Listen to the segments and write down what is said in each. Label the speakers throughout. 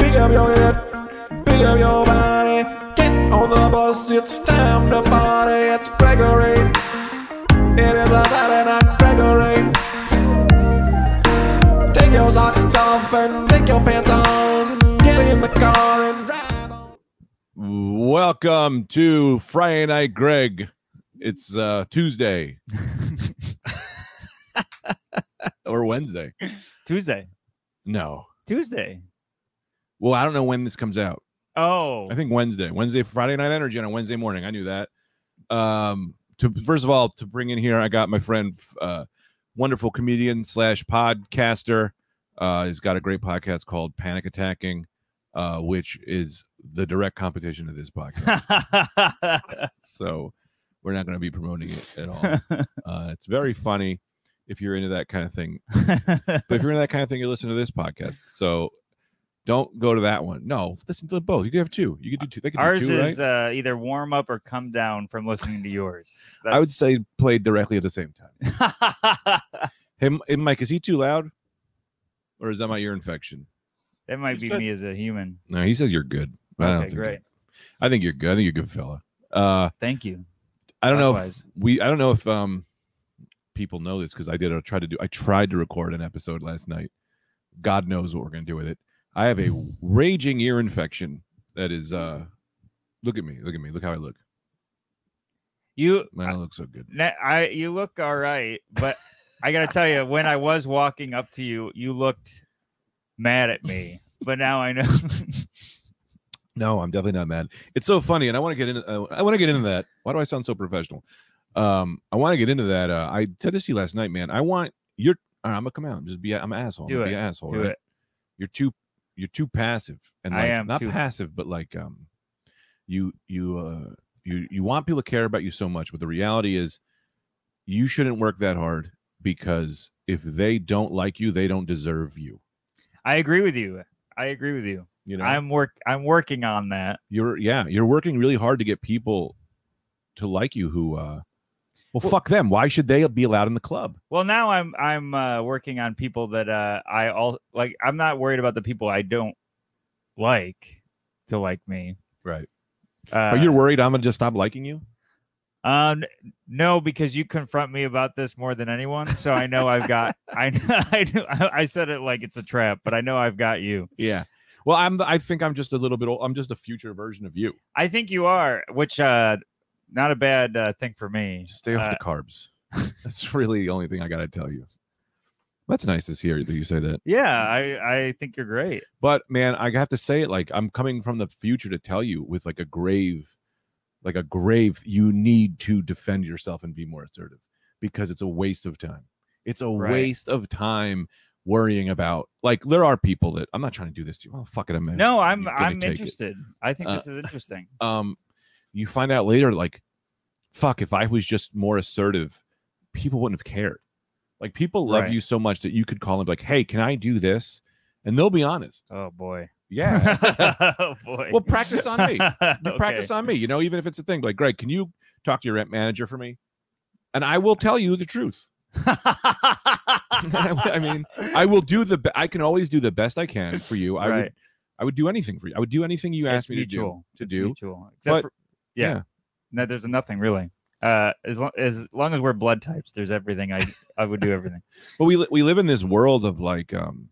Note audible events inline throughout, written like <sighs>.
Speaker 1: Pick up your head, pick up your body. Get on the bus, it's time to party. It's Gregory. It is a Saturday night, Gregory. Take your socks off and take your pants on. Get in the car and drive on.
Speaker 2: Welcome to Friday Night Greg. It's uh Tuesday. or Wednesday.
Speaker 3: Tuesday.
Speaker 2: No.
Speaker 3: Tuesday.
Speaker 2: Well, I don't know when this comes out.
Speaker 3: Oh,
Speaker 2: I think Wednesday. Wednesday, Friday Night Energy on a Wednesday morning. I knew that. Um to first of all, to bring in here, I got my friend uh wonderful comedian slash podcaster. Uh he's got a great podcast called Panic Attacking, uh, which is the direct competition of this podcast.
Speaker 3: <laughs>
Speaker 2: so we're not going to be promoting it at all.
Speaker 3: <laughs>
Speaker 2: Uh, it's very funny if you're into that kind of thing. But if you're into that kind of thing, you listen to this podcast. So don't go to that one. No, listen to both. You could have two. You could do two. They could
Speaker 3: ours
Speaker 2: do two,
Speaker 3: is
Speaker 2: right?
Speaker 3: uh, either warm up or come down from listening to yours.
Speaker 2: <laughs> I would say played directly at the same time.
Speaker 3: <laughs> That's-
Speaker 2: Hey, M- hey, Mike, is he too loud? Or is that my ear infection?
Speaker 3: that might
Speaker 2: It's
Speaker 3: be
Speaker 2: good.
Speaker 3: me as a human.
Speaker 2: No, he says you're good. I don't
Speaker 3: okay,
Speaker 2: think
Speaker 3: great.
Speaker 2: I think you're good. I think you're a good fella. Uh,
Speaker 3: Thank you.
Speaker 2: I don't know if
Speaker 3: Likewise.
Speaker 2: we I don't know if um people know this because I did I tried to do I tried to record an episode last night. God knows what we're gonna do with it. I <laughs> have a raging ear infection that is uh look at me, look at me, look how I look.
Speaker 3: You,
Speaker 2: Man, I don't look so good.
Speaker 3: Ne- I you look all right, but I gotta tell you, when I was walking up to you, you looked mad at me. But now I know. <laughs>
Speaker 2: No, I'm definitely not mad. It's so funny, and I want to get into uh, I want to get into that. Why do I sound so professional? Um, I want to get into that. Uh, I said this to you last night, man. I want your all right, I'm gonna come out. and Just be a, I'm an asshole. I'm
Speaker 3: Do
Speaker 2: gonna Be
Speaker 3: it.
Speaker 2: an asshole.
Speaker 3: Do
Speaker 2: right?
Speaker 3: it.
Speaker 2: you're too you're too passive and
Speaker 3: I
Speaker 2: like,
Speaker 3: am
Speaker 2: not
Speaker 3: too.
Speaker 2: passive but like um you you uh you you want people to care about you so much but the reality is you shouldn't work that hard because if they don't like you they don't deserve you
Speaker 3: I agree with you. I agree with you.
Speaker 2: you know
Speaker 3: I'm work. I'm working on that.
Speaker 2: you're yeah you're working really hard to get people to like you who uh well,
Speaker 3: Well-
Speaker 2: fuck them why should they be allowed in the club
Speaker 3: Well, now I'm I'm uh, working on people that uh, I all like. I'm not worried about the people I don't like to like me.
Speaker 2: right
Speaker 3: Uh,
Speaker 2: are you worried i'm gonna just stop liking you
Speaker 3: Um, no, because you confront me about this more than anyone, so I know I've got. <laughs> I I knew- I I said it like it's a trap, but I know I've got you.
Speaker 2: yeah well i'm the, i think i'm just a little bit old i'm just a future version of you
Speaker 3: I think you are, which uh, not a bad uh, thing for me.
Speaker 2: Just stay off
Speaker 3: Uh,
Speaker 2: the carbs. <laughs> That's really the only thing I gotta tell you. That's nice to hear that you say that.
Speaker 3: Yeah, I I think you're great.
Speaker 2: But man, I have to say it like I'm coming from the future to tell you with like a grave, like a grave, you need to defend yourself and be more assertive because it's a waste of time. It's a
Speaker 3: Right.
Speaker 2: waste of time worrying about like there are people that I'm not trying to do this to you. Oh fuck it, I'm in.
Speaker 3: No, I'm
Speaker 2: You're gonna
Speaker 3: I'm
Speaker 2: take it.
Speaker 3: interested. I think
Speaker 2: Uh,
Speaker 3: this is interesting.
Speaker 2: um you find out later like fuck if i was just more assertive people wouldn't have cared like people love
Speaker 3: Right.
Speaker 2: you so much that you could call and be like hey can i do this and they'll be honest
Speaker 3: Oh boy. <laughs>
Speaker 2: yeah
Speaker 3: oh boy.
Speaker 2: Well, practice on me. You
Speaker 3: Okay. <laughs>
Speaker 2: you practice on me you know even if it's a thing like greg can you talk to your rent manager for me and i will tell you the truth <laughs>
Speaker 3: <laughs>
Speaker 2: I, I mean i will do the be- i can always do the best i can for you i
Speaker 3: Right.
Speaker 2: would i would do anything for you i would do anything you asked
Speaker 3: It's
Speaker 2: me
Speaker 3: mutual.
Speaker 2: to do
Speaker 3: It's
Speaker 2: to do
Speaker 3: mutual. Except
Speaker 2: But-
Speaker 3: for, yeah.
Speaker 2: yeah.
Speaker 3: No, there's nothing really. Uh, as long as long as we're blood types, there's everything. I I would do everything.
Speaker 2: but we li- we live in this world of like um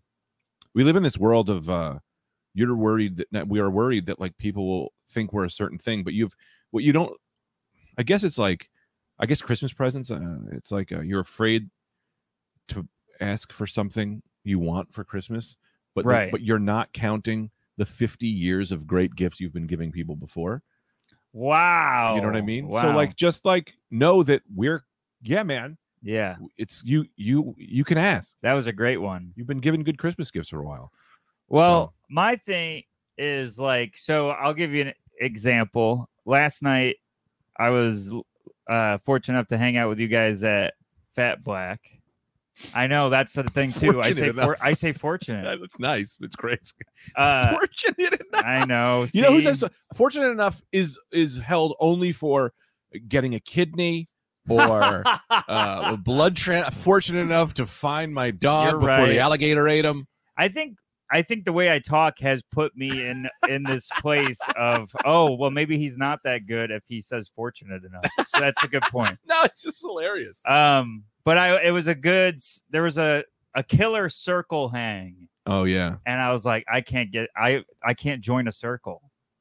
Speaker 2: we live in this world of uh you're worried that that we are worried that like people will think we're a certain thing but you've what you don't i guess it's like i guess christmas presents uh, it's like uh, you're afraid to ask for something you want for christmas but the-
Speaker 3: Right.
Speaker 2: but you're not counting the 50 years of great gifts you've been giving people before
Speaker 3: Wow.
Speaker 2: <laughs> you know what i mean
Speaker 3: Oh, Wow.
Speaker 2: so like just like know that we're yeah man
Speaker 3: yeah,
Speaker 2: it's you you you can ask
Speaker 3: that was a great one.
Speaker 2: you've been giving good christmas gifts for a while
Speaker 3: Well, my thing is like, so I'll give you an example. Last night, I was uh, fortunate enough to hang out with you guys at Fat Black. I know that's the thing too. I say
Speaker 2: Fortunate
Speaker 3: for,
Speaker 2: enough.
Speaker 3: I
Speaker 2: <laughs>
Speaker 3: say fortunate.
Speaker 2: That's nice. It's great. <laughs>
Speaker 3: Uh,
Speaker 2: fortunate enough.
Speaker 3: I know.
Speaker 2: You know who
Speaker 3: see?
Speaker 2: says fortunate enough is is held only for getting a kidney <laughs> or uh, a blood tran Fortunate enough to find my dog
Speaker 3: You're
Speaker 2: before
Speaker 3: right.
Speaker 2: the alligator ate him.
Speaker 3: I think I think the way I talk has put me in in this place of oh well maybe he's not that good if he says fortunate enough. So that's a good point.
Speaker 2: No, it's just hilarious.
Speaker 3: Um, but I it was a good s- there was a a killer circle hang,
Speaker 2: Oh yeah,
Speaker 3: and I was like I can't get I I can't join a circle.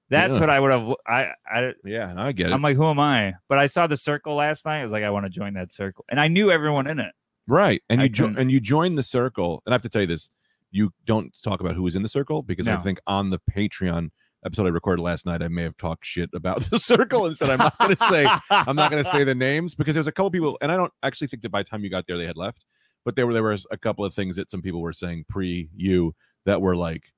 Speaker 3: That's
Speaker 2: Yeah.
Speaker 3: what I would have I I
Speaker 2: yeah. I get it.
Speaker 3: I'm like who am I? But I saw the circle last night. I was like I want to join that circle, and I knew everyone in it.
Speaker 2: right, and
Speaker 3: I
Speaker 2: you jo-
Speaker 3: couldn't-
Speaker 2: and you join the circle. And I have to tell you this: you don't talk about who was in the circle because I
Speaker 3: No.
Speaker 2: think on the Patreon episode I recorded last night, I may have talked shit about <laughs> the circle and said I'm not going to
Speaker 3: <laughs>
Speaker 2: say I'm not going to say the names because there was a couple people, and I don't actually think that by the time you got there, they had left. But there were there was a couple of things that some people were saying pre you that were like,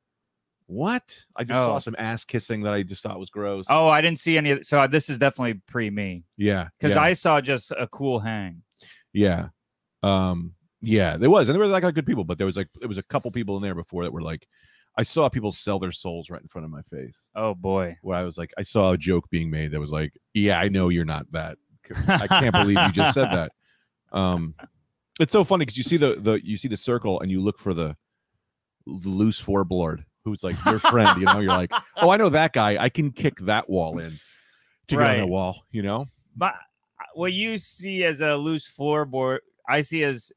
Speaker 2: "What?" I just saw
Speaker 3: Oh.
Speaker 2: some ass kissing that I just thought was gross.
Speaker 3: Oh, I didn't see any. of- So this is definitely pre me
Speaker 2: yeah,
Speaker 3: because
Speaker 2: yeah,
Speaker 3: I saw just a cool hang.
Speaker 2: yeah, um, yeah. There was, and there was like good people, but there was like there was a couple people in there before that were like, I saw people sell their souls right in front of my face.
Speaker 3: Oh boy.
Speaker 2: Where I was like, I saw a joke being made that was like, "Yeah, I know you're not that." I can't believe you just said
Speaker 3: <laughs>
Speaker 2: that. Um, it's so funny because you see the the you see the circle and you look for the loose floorboard who's like your friend. You know, you're
Speaker 3: <laughs>
Speaker 2: like, oh, I know that guy. I can kick that wall in to get on the
Speaker 3: Right.
Speaker 2: wall. You know,
Speaker 3: But what you see as a loose floorboard, I see as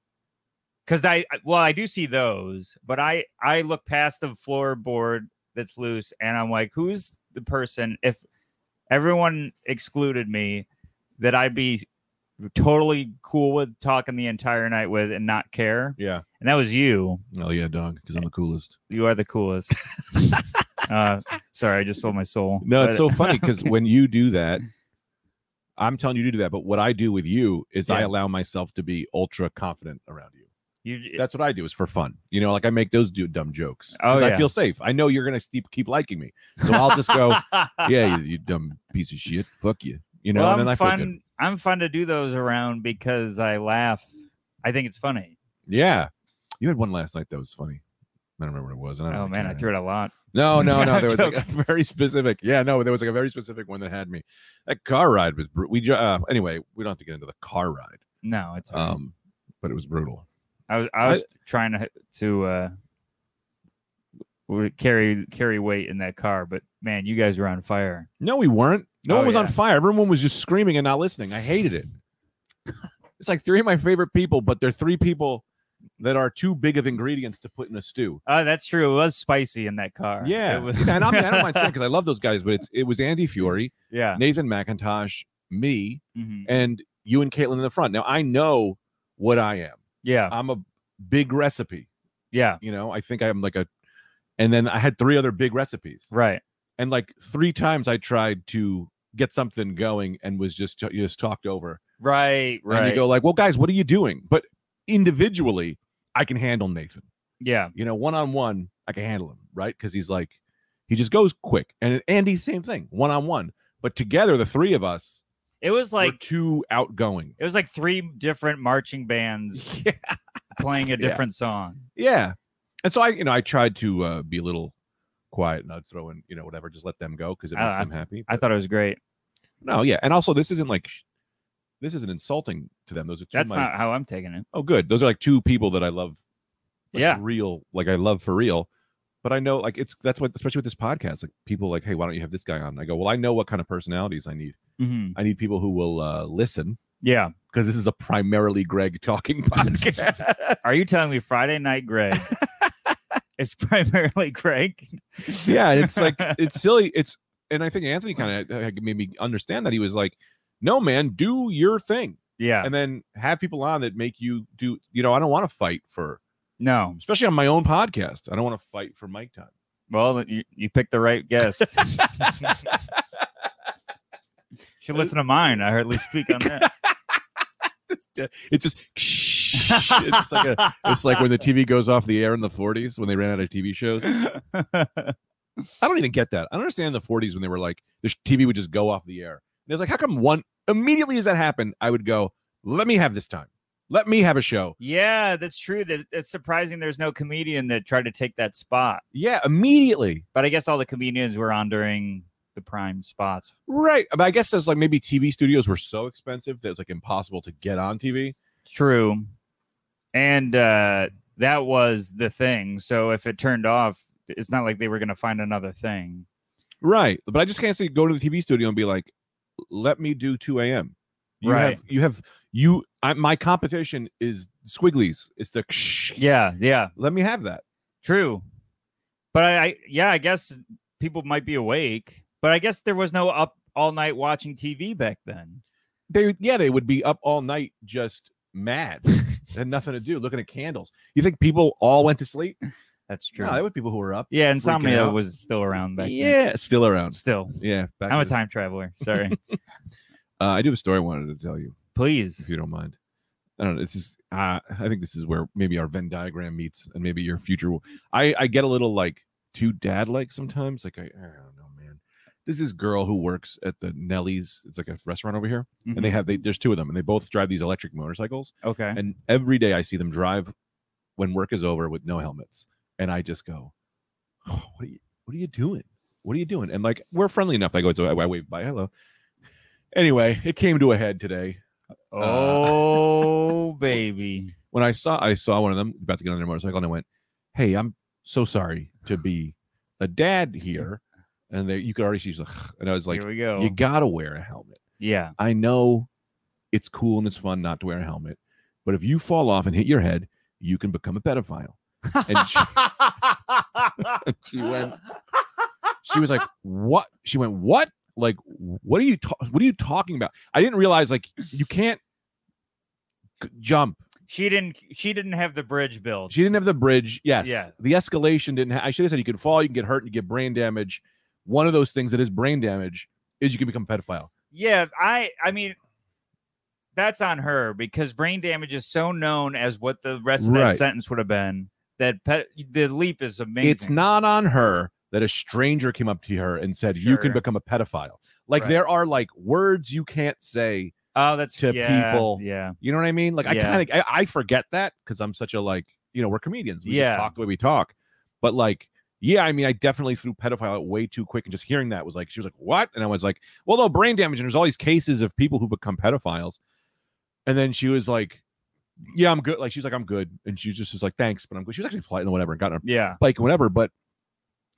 Speaker 3: because I well I do see those, but I I look past the floorboard that's loose and I'm like, who's the person? If everyone excluded me, that I'd be totally cool with talking the entire night with and not care.
Speaker 2: yeah.
Speaker 3: And that was you.
Speaker 2: Oh yeah, dog, because I'm the coolest.
Speaker 3: You are
Speaker 2: <laughs>
Speaker 3: the coolest. uh, sorry, I just sold my soul.
Speaker 2: No, it's
Speaker 3: <laughs>
Speaker 2: so
Speaker 3: But-
Speaker 2: funny because when you do that, I'm telling you to do that. But what I do with you is I
Speaker 3: Yeah.
Speaker 2: allow myself to be ultra confident around you.
Speaker 3: you,
Speaker 2: That's what I do is for fun. You know, like I make those do dumb jokes. 'cause
Speaker 3: Oh,
Speaker 2: I
Speaker 3: yeah.
Speaker 2: feel safe. I know you're gonna keep keep liking me, so I'll just go.
Speaker 3: <laughs>
Speaker 2: yeah, you, you dumb piece of shit. Fuck you. You know,
Speaker 3: well,
Speaker 2: and
Speaker 3: I'm
Speaker 2: then I feel good.
Speaker 3: fun. I'm fun to do those around because I laugh. I think it's funny.
Speaker 2: Yeah. You had one last night that was funny. I don't remember what it was. and I don't
Speaker 3: Oh
Speaker 2: really
Speaker 3: man, I
Speaker 2: care.
Speaker 3: threw it a lot. <laughs>
Speaker 2: No, no, no.
Speaker 3: I'm
Speaker 2: There was like a <laughs> very specific. Yeah, no, there was like a very specific one that had me. That car ride was bru- we. dri- Uh, anyway, we don't have to get into the car ride.
Speaker 3: No, it's. all right.
Speaker 2: Um, but it was brutal.
Speaker 3: I was I was trying to to uh, w- carry carry weight in that car, but man, you guys were on fire.
Speaker 2: No, we weren't. No one
Speaker 3: Oh,
Speaker 2: was on
Speaker 3: yeah.
Speaker 2: fire. Everyone was just screaming and not listening. I hated
Speaker 3: <laughs>
Speaker 2: it. it's like three of my favorite people, but they're three people that are too big of ingredients to put in a stew.
Speaker 3: Oh, that's true. It was spicy in that car. It
Speaker 2: Yeah,
Speaker 3: was-
Speaker 2: and I, mean, I don't
Speaker 3: <laughs>
Speaker 2: mind saying because I love those guys, but it's it was Andy Fury, <laughs>
Speaker 3: yeah.
Speaker 2: Nathan McIntosh, me,
Speaker 3: Mhm.
Speaker 2: and you and Caitlin in the front. Now I know what I am.
Speaker 3: Yeah.
Speaker 2: I'm a big recipe.
Speaker 3: Yeah.
Speaker 2: You know, I think I'm like a, and then I had three other big recipes,
Speaker 3: Right.
Speaker 2: and like three times I tried to get something going and was just just talked over.
Speaker 3: Right. Right.
Speaker 2: And you go like, well, guys, what are you doing? But individually, I can handle Nathan.
Speaker 3: yeah.
Speaker 2: you know, one on one, I can handle him, right? Because he's like, he just goes quick. And Andy, same thing, one on one. But together, the three of us,
Speaker 3: It was
Speaker 2: like
Speaker 3: like
Speaker 2: too outgoing.
Speaker 3: <laughs> It was like three different
Speaker 2: <laughs>
Speaker 3: marching bands
Speaker 2: Yeah,
Speaker 3: playing a
Speaker 2: Yeah.
Speaker 3: different song.
Speaker 2: yeah. And so I, you know, I tried to uh, be a little quiet and I'd throw in, you know, whatever, just let them go because it
Speaker 3: Oh,
Speaker 2: makes them happy.
Speaker 3: I thought it was great.
Speaker 2: no, yeah. And also, this isn't like, sh- this isn't insulting to them. Those are two
Speaker 3: That's
Speaker 2: of my-
Speaker 3: not how I'm taking it.
Speaker 2: oh, good. Those are like two people that I love. like,
Speaker 3: Yeah.
Speaker 2: real, like I love for real. But I know, like, it's that's what, especially with this podcast, like people like, hey, why don't you have this guy on? And I go, well, I know what kind of personalities I need.
Speaker 3: Mhm.
Speaker 2: I need people who will uh, listen
Speaker 3: Yeah.
Speaker 2: because this is a primarily Greg talking <laughs> podcast.
Speaker 3: Are you telling me Friday Night Greg is primarily Greg?
Speaker 2: <laughs> yeah, it's
Speaker 3: <laughs>
Speaker 2: like it's silly. It's and I think Anthony kind of made me understand that he was like, "No, man, do your thing,
Speaker 3: Yeah.
Speaker 2: and then have people on that make you do." You know, I don't want to fight for,
Speaker 3: no.
Speaker 2: especially on my own podcast. I don't want to fight for mic time. <laughs>
Speaker 3: Well, you, you picked the right guest. Should listen to mine. I hardly speak on that.
Speaker 2: It's, de- it's just, it's just like a, it's like when the TV goes off the air in the '40s when they ran out of TV shows. I don't even get that. I don't understand the 40s when they were like, the sh- TV would just go off the air. And it was like, how come one immediately as that happened, I would go, let me have this time. Let me have a show.
Speaker 3: yeah, that's true. That it's surprising there's no comedian that tried to take that spot.
Speaker 2: Yeah, immediately.
Speaker 3: But I guess all the comedians were on during the prime spots.
Speaker 2: Right. But I guess that's like maybe TV studios were so expensive that it's like impossible to get on TV.
Speaker 3: True. And uh that was the thing. So if it turned off, it's not like they were gonna find another thing.
Speaker 2: Right. But I just can't say go to the TV studio and be like, let me do 2 a.m. You
Speaker 3: Right.
Speaker 2: have, you have, you, I, my competition is Squiggly's. It's the,
Speaker 3: Yeah, yeah,
Speaker 2: let me have that.
Speaker 3: true. But I, I yeah, I guess people might be awake. But I guess there was no up all night watching TV back then.
Speaker 2: They, yeah, they would be up all night just
Speaker 3: <laughs>
Speaker 2: mad and nothing to do, looking at candles. You think people all went to sleep?
Speaker 3: That's true.
Speaker 2: No, there were people who were up.
Speaker 3: yeah, insomnia
Speaker 2: out.
Speaker 3: was still around back then.
Speaker 2: Yeah, still around.
Speaker 3: Still.
Speaker 2: Yeah. back
Speaker 3: I'm a
Speaker 2: in the-
Speaker 3: time
Speaker 2: <laughs>
Speaker 3: traveler. Sorry.
Speaker 2: Uh, I do have a story I wanted to tell you.
Speaker 3: Please.
Speaker 2: if you don't mind. I don't know. This is uh, I think this is where maybe our Venn diagram meets, and maybe your future. Will, I I get a little like too dad like sometimes. Like I, I don't know, man. There's This is girl who works at the Nelly's. It's like a restaurant over here, and they uh, have they there's two of them, and they both drive these electric motorcycles.
Speaker 3: Mm-hmm. Okay.
Speaker 2: And every day I see them drive when work is over with no helmets, and I just go, "Oh, what are you What are you doing? What are you doing? And like we're friendly enough. I go, so I, I wave bye, hello. Anyway, it came to a head today uh, <laughs>
Speaker 3: oh baby.
Speaker 2: when I saw I saw one of them about to get on their motorcycle, and I went, "Hey, I'm so sorry to be a dad here." And they, you could already see, she's like, <sighs> and I was like,
Speaker 3: Here we go.
Speaker 2: "You gotta wear a helmet."
Speaker 3: yeah.
Speaker 2: I know it's cool and it's fun not to wear a helmet, but if you fall off and hit your head, you can become a pedophile. And she, <laughs> and she went, she was like, "What?" She went, "What?" Like, what are you ta- what are you talking about? I didn't realize like you can't g- jump
Speaker 3: she didn't she didn't have the bridge built.
Speaker 2: She didn't have the bridge. Yes.
Speaker 3: Yeah.
Speaker 2: The escalation didn't. Ha- I should have said you can fall, you can get hurt, and you get brain damage. One of those things that is brain damage is you can become a pedophile.
Speaker 3: Yeah, I I mean that's on her because brain damage is so known as what the rest of
Speaker 2: Right.
Speaker 3: that sentence would have been that pe- the leap is amazing.
Speaker 2: It's not on her that a stranger came up to her and said you can
Speaker 3: Sure.
Speaker 2: become a pedophile. Like
Speaker 3: Right.
Speaker 2: there are like words you can't say.
Speaker 3: oh that's
Speaker 2: to
Speaker 3: yeah,
Speaker 2: people.
Speaker 3: Yeah.
Speaker 2: You know what I mean? Like I
Speaker 3: Yeah.
Speaker 2: kind of I, I forget that because I'm such a like you know we're comedians. We
Speaker 3: Yeah.
Speaker 2: just talk the way we talk. But like yeah, I mean I definitely threw pedophile out way too quick and just hearing that was like she was like what? And I was like well no brain damage and there's all these cases of people who become pedophiles. And then she was like yeah I'm good like she was like I'm good and she just was like thanks but I'm good. She was actually polite and whatever and got on her
Speaker 3: Yeah.
Speaker 2: bike and whatever. But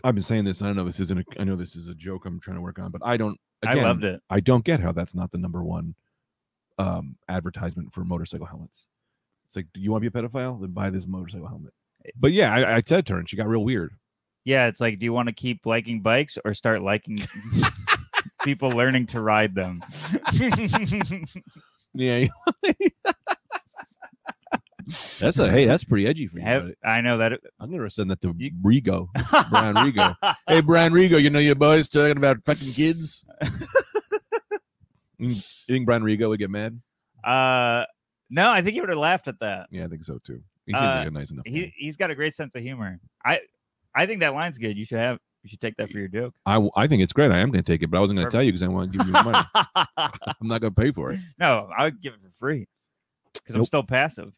Speaker 2: I've been saying this. I know this isn't. A, I know this is a joke I'm trying to work on, but I don't. Again,
Speaker 3: I loved it.
Speaker 2: I don't get how that's not the number one um, advertisement for motorcycle helmets. It's like, do you want to be a pedophile? Then buy this motorcycle helmet.
Speaker 3: Eh.
Speaker 2: But yeah, I, I said to her, and she got real weird.
Speaker 3: Yeah, it's like do you want to keep liking bikes or
Speaker 2: <laughs>
Speaker 3: start liking people learning to ride them?
Speaker 2: Yeah.
Speaker 3: <laughs>
Speaker 2: that's a hey. That's pretty edgy for you.
Speaker 3: Have-
Speaker 2: buddy.
Speaker 3: I know that it-
Speaker 2: I'm gonna send that to
Speaker 3: You-
Speaker 2: Rigo, Brian Rigo.
Speaker 3: <laughs>
Speaker 2: hey, Brian Rigo, you know your boys talking about fucking kids. you think Brian Rigo would get mad?
Speaker 3: Uh, no, I think he would have laughed at that.
Speaker 2: Yeah, I think so too. He seems
Speaker 3: Uh,
Speaker 2: like a nice enough. guy.
Speaker 3: He he's got a great sense of humor. I I think that line's good. You should have you should take that for your joke.
Speaker 2: I, w- I think it's great. I am going to take it, but I wasn't going to tell you because I want to give you the money.
Speaker 3: <laughs>
Speaker 2: I'm not going to pay for it.
Speaker 3: no, I would give it for free because I'm
Speaker 2: Nope.
Speaker 3: still passive.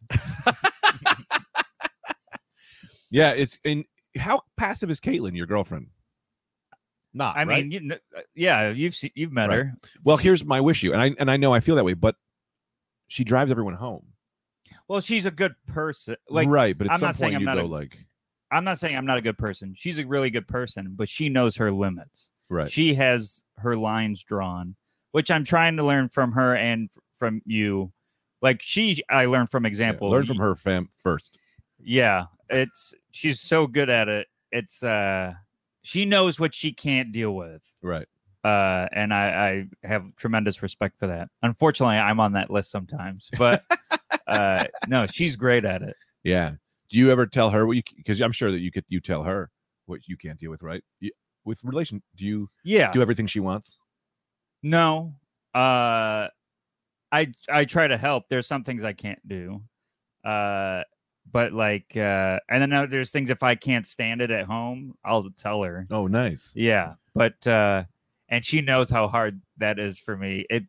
Speaker 2: Yeah, it's and how passive is Caitlin, your girlfriend? Not.
Speaker 3: I
Speaker 2: right?
Speaker 3: mean, you, kn- uh, yeah, you've se- you've met
Speaker 2: Right.
Speaker 3: her.
Speaker 2: well, here's my wish you, and I and I know I feel that way, but she drives everyone home.
Speaker 3: Well, she's a good person. Like
Speaker 2: right, but at
Speaker 3: I'm
Speaker 2: some
Speaker 3: not saying
Speaker 2: point
Speaker 3: I'm
Speaker 2: you
Speaker 3: not
Speaker 2: go
Speaker 3: a-
Speaker 2: like,
Speaker 3: I'm not saying I'm not a good person. She's a really good person, but she knows her limits.
Speaker 2: right,
Speaker 3: She has her lines drawn, which I'm trying to learn from her and f- from you. Like she, I learned from
Speaker 2: yeah,
Speaker 3: example.
Speaker 2: learn
Speaker 3: You-
Speaker 2: from her fam first.
Speaker 3: Yeah, it's she's so good at it. It's uh she knows what she can't deal with.
Speaker 2: Right.
Speaker 3: Uh and I I have tremendous respect for that. Unfortunately, I'm on that list sometimes, but uh no, she's great at it.
Speaker 2: Yeah. Do you ever tell her what you? Because I'm sure that you could. You tell her what you can't deal with, right? You, with relation, do you
Speaker 3: Yeah.
Speaker 2: do everything she wants?
Speaker 3: No. Uh I I try to help. There's some things I can't do. Uh but like uh and then uh, there's things if I can't stand it at home, I'll tell her.
Speaker 2: Oh, nice.
Speaker 3: Yeah, but uh and she knows how hard that is for me. It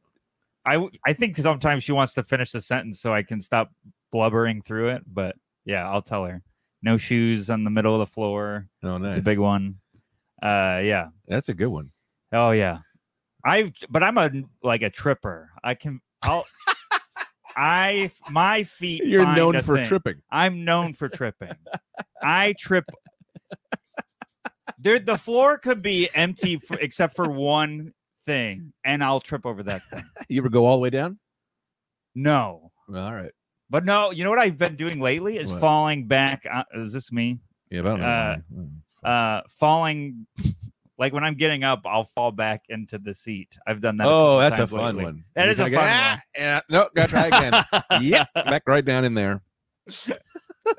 Speaker 3: I w- I think sometimes she wants to finish the sentence so I can stop blubbering through it, but yeah, I'll tell her. No shoes on the middle of the floor.
Speaker 2: Oh, nice.
Speaker 3: It's a big one. Uh yeah.
Speaker 2: That's a good one.
Speaker 3: Oh yeah. I've but I'm a like a tripper. I can
Speaker 2: <laughs>
Speaker 3: I'll I my feet
Speaker 2: You're
Speaker 3: find
Speaker 2: known
Speaker 3: a
Speaker 2: for
Speaker 3: thing.
Speaker 2: tripping.
Speaker 3: I'm known for tripping. I trip Dude, the floor could be empty for, except for one thing, and I'll trip over that thing.
Speaker 2: You ever go all the way down?
Speaker 3: No.
Speaker 2: All right.
Speaker 3: But no, you know what I've been doing lately is
Speaker 2: What?
Speaker 3: falling back. Uh, is this me?
Speaker 2: Yeah, about
Speaker 3: Uh,
Speaker 2: Hmm.
Speaker 3: Uh, falling. Like when I'm getting up, I'll fall back into the seat. I've done that.
Speaker 2: oh,
Speaker 3: couple
Speaker 2: that's a
Speaker 3: times
Speaker 2: fun
Speaker 3: lately.
Speaker 2: one.
Speaker 3: That
Speaker 2: You're
Speaker 3: is a
Speaker 2: kinda
Speaker 3: fun
Speaker 2: go,
Speaker 3: one.
Speaker 2: "Ah, yeah, no, gotta try again.
Speaker 3: <laughs>
Speaker 2: yep, back right down in there.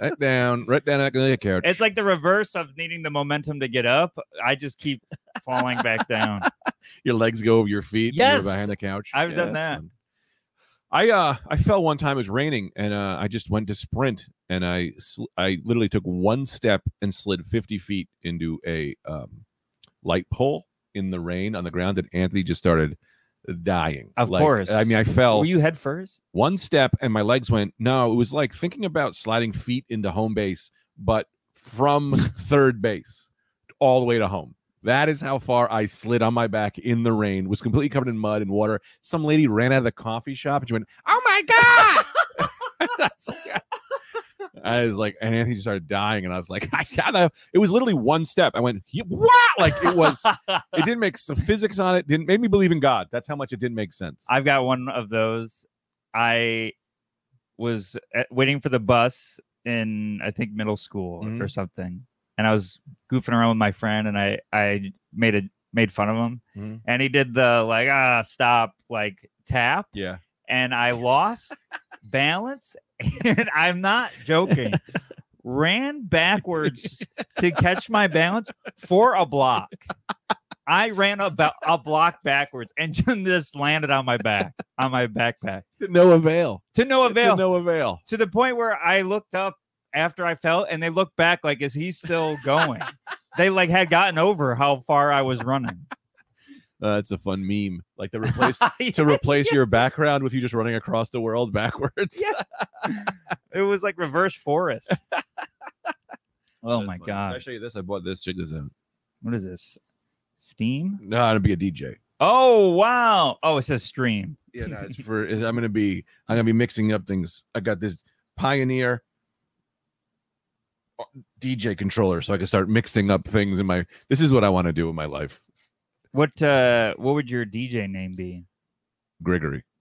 Speaker 2: Right down, right down at the couch.
Speaker 3: It's like the reverse of needing the momentum to get up. I just keep falling back down.
Speaker 2: <laughs> your legs go over your feet. and
Speaker 3: Yes.
Speaker 2: you're behind the couch.
Speaker 3: I've done
Speaker 2: that's
Speaker 3: that.
Speaker 2: fun. I uh I fell one time. It was raining, and uh, I just went to sprint, and I sl- I literally took one step and slid fifty feet into a um, light pole in the rain on the ground, and Anthony just started dying.
Speaker 3: Of
Speaker 2: Like,
Speaker 3: course.
Speaker 2: I mean, I fell
Speaker 3: Were you head first? <laughs>
Speaker 2: one step, and my legs went. No, it was like thinking about sliding feet into home base, but from <laughs> third base all the way to home. That is how far I slid on my back in the rain, was completely covered in mud and water. Some lady ran out of the coffee shop and she went, Oh my God. <laughs> I was like- I was like, and Anthony just started dying. And I was like, <laughs> I gotta, it was literally one step. I went, "Yeah, what? Like it was, it didn't make the physics on it, didn't make me believe in God. That's how much it didn't make sense.
Speaker 3: I've got one of those. I was at, waiting for the bus in I think middle school
Speaker 2: Mhm.
Speaker 3: or something, and I was goofing around with my friend, and I I made a made fun of him,
Speaker 2: Mhm.
Speaker 3: and he did the like ah stop like tap,
Speaker 2: yeah.
Speaker 3: and I lost balance, and I'm not joking. Ran backwards to catch my balance for a block. I ran about a block backwards and <laughs> just landed on my back, on my backpack,
Speaker 2: To no avail.
Speaker 3: to no avail.
Speaker 2: To no avail.
Speaker 3: to the point where I looked up after I fell, and they looked back like, "Is he still going?" they like had gotten over how far I was running.
Speaker 2: Uh, that's a fun meme. Like the <laughs> replace to replace <laughs> your background with you just running across the world backwards.
Speaker 3: Yeah. It was like reverse forest. oh my
Speaker 2: I
Speaker 3: god!
Speaker 2: show you this. I bought this. Check this out.
Speaker 3: What is this? Steam?
Speaker 2: No, I'm gonna be a DJ.
Speaker 3: Oh wow! Oh, it says stream.
Speaker 2: Yeah, no, <laughs> it's for. I'm gonna be. I'm gonna be mixing up things. I got this Pioneer DJ controller, so I can start mixing up things in my. This is what I want to do in my life,
Speaker 3: What uh what would your DJ name
Speaker 2: <laughs>
Speaker 3: be?
Speaker 2: Gregory. <laughs>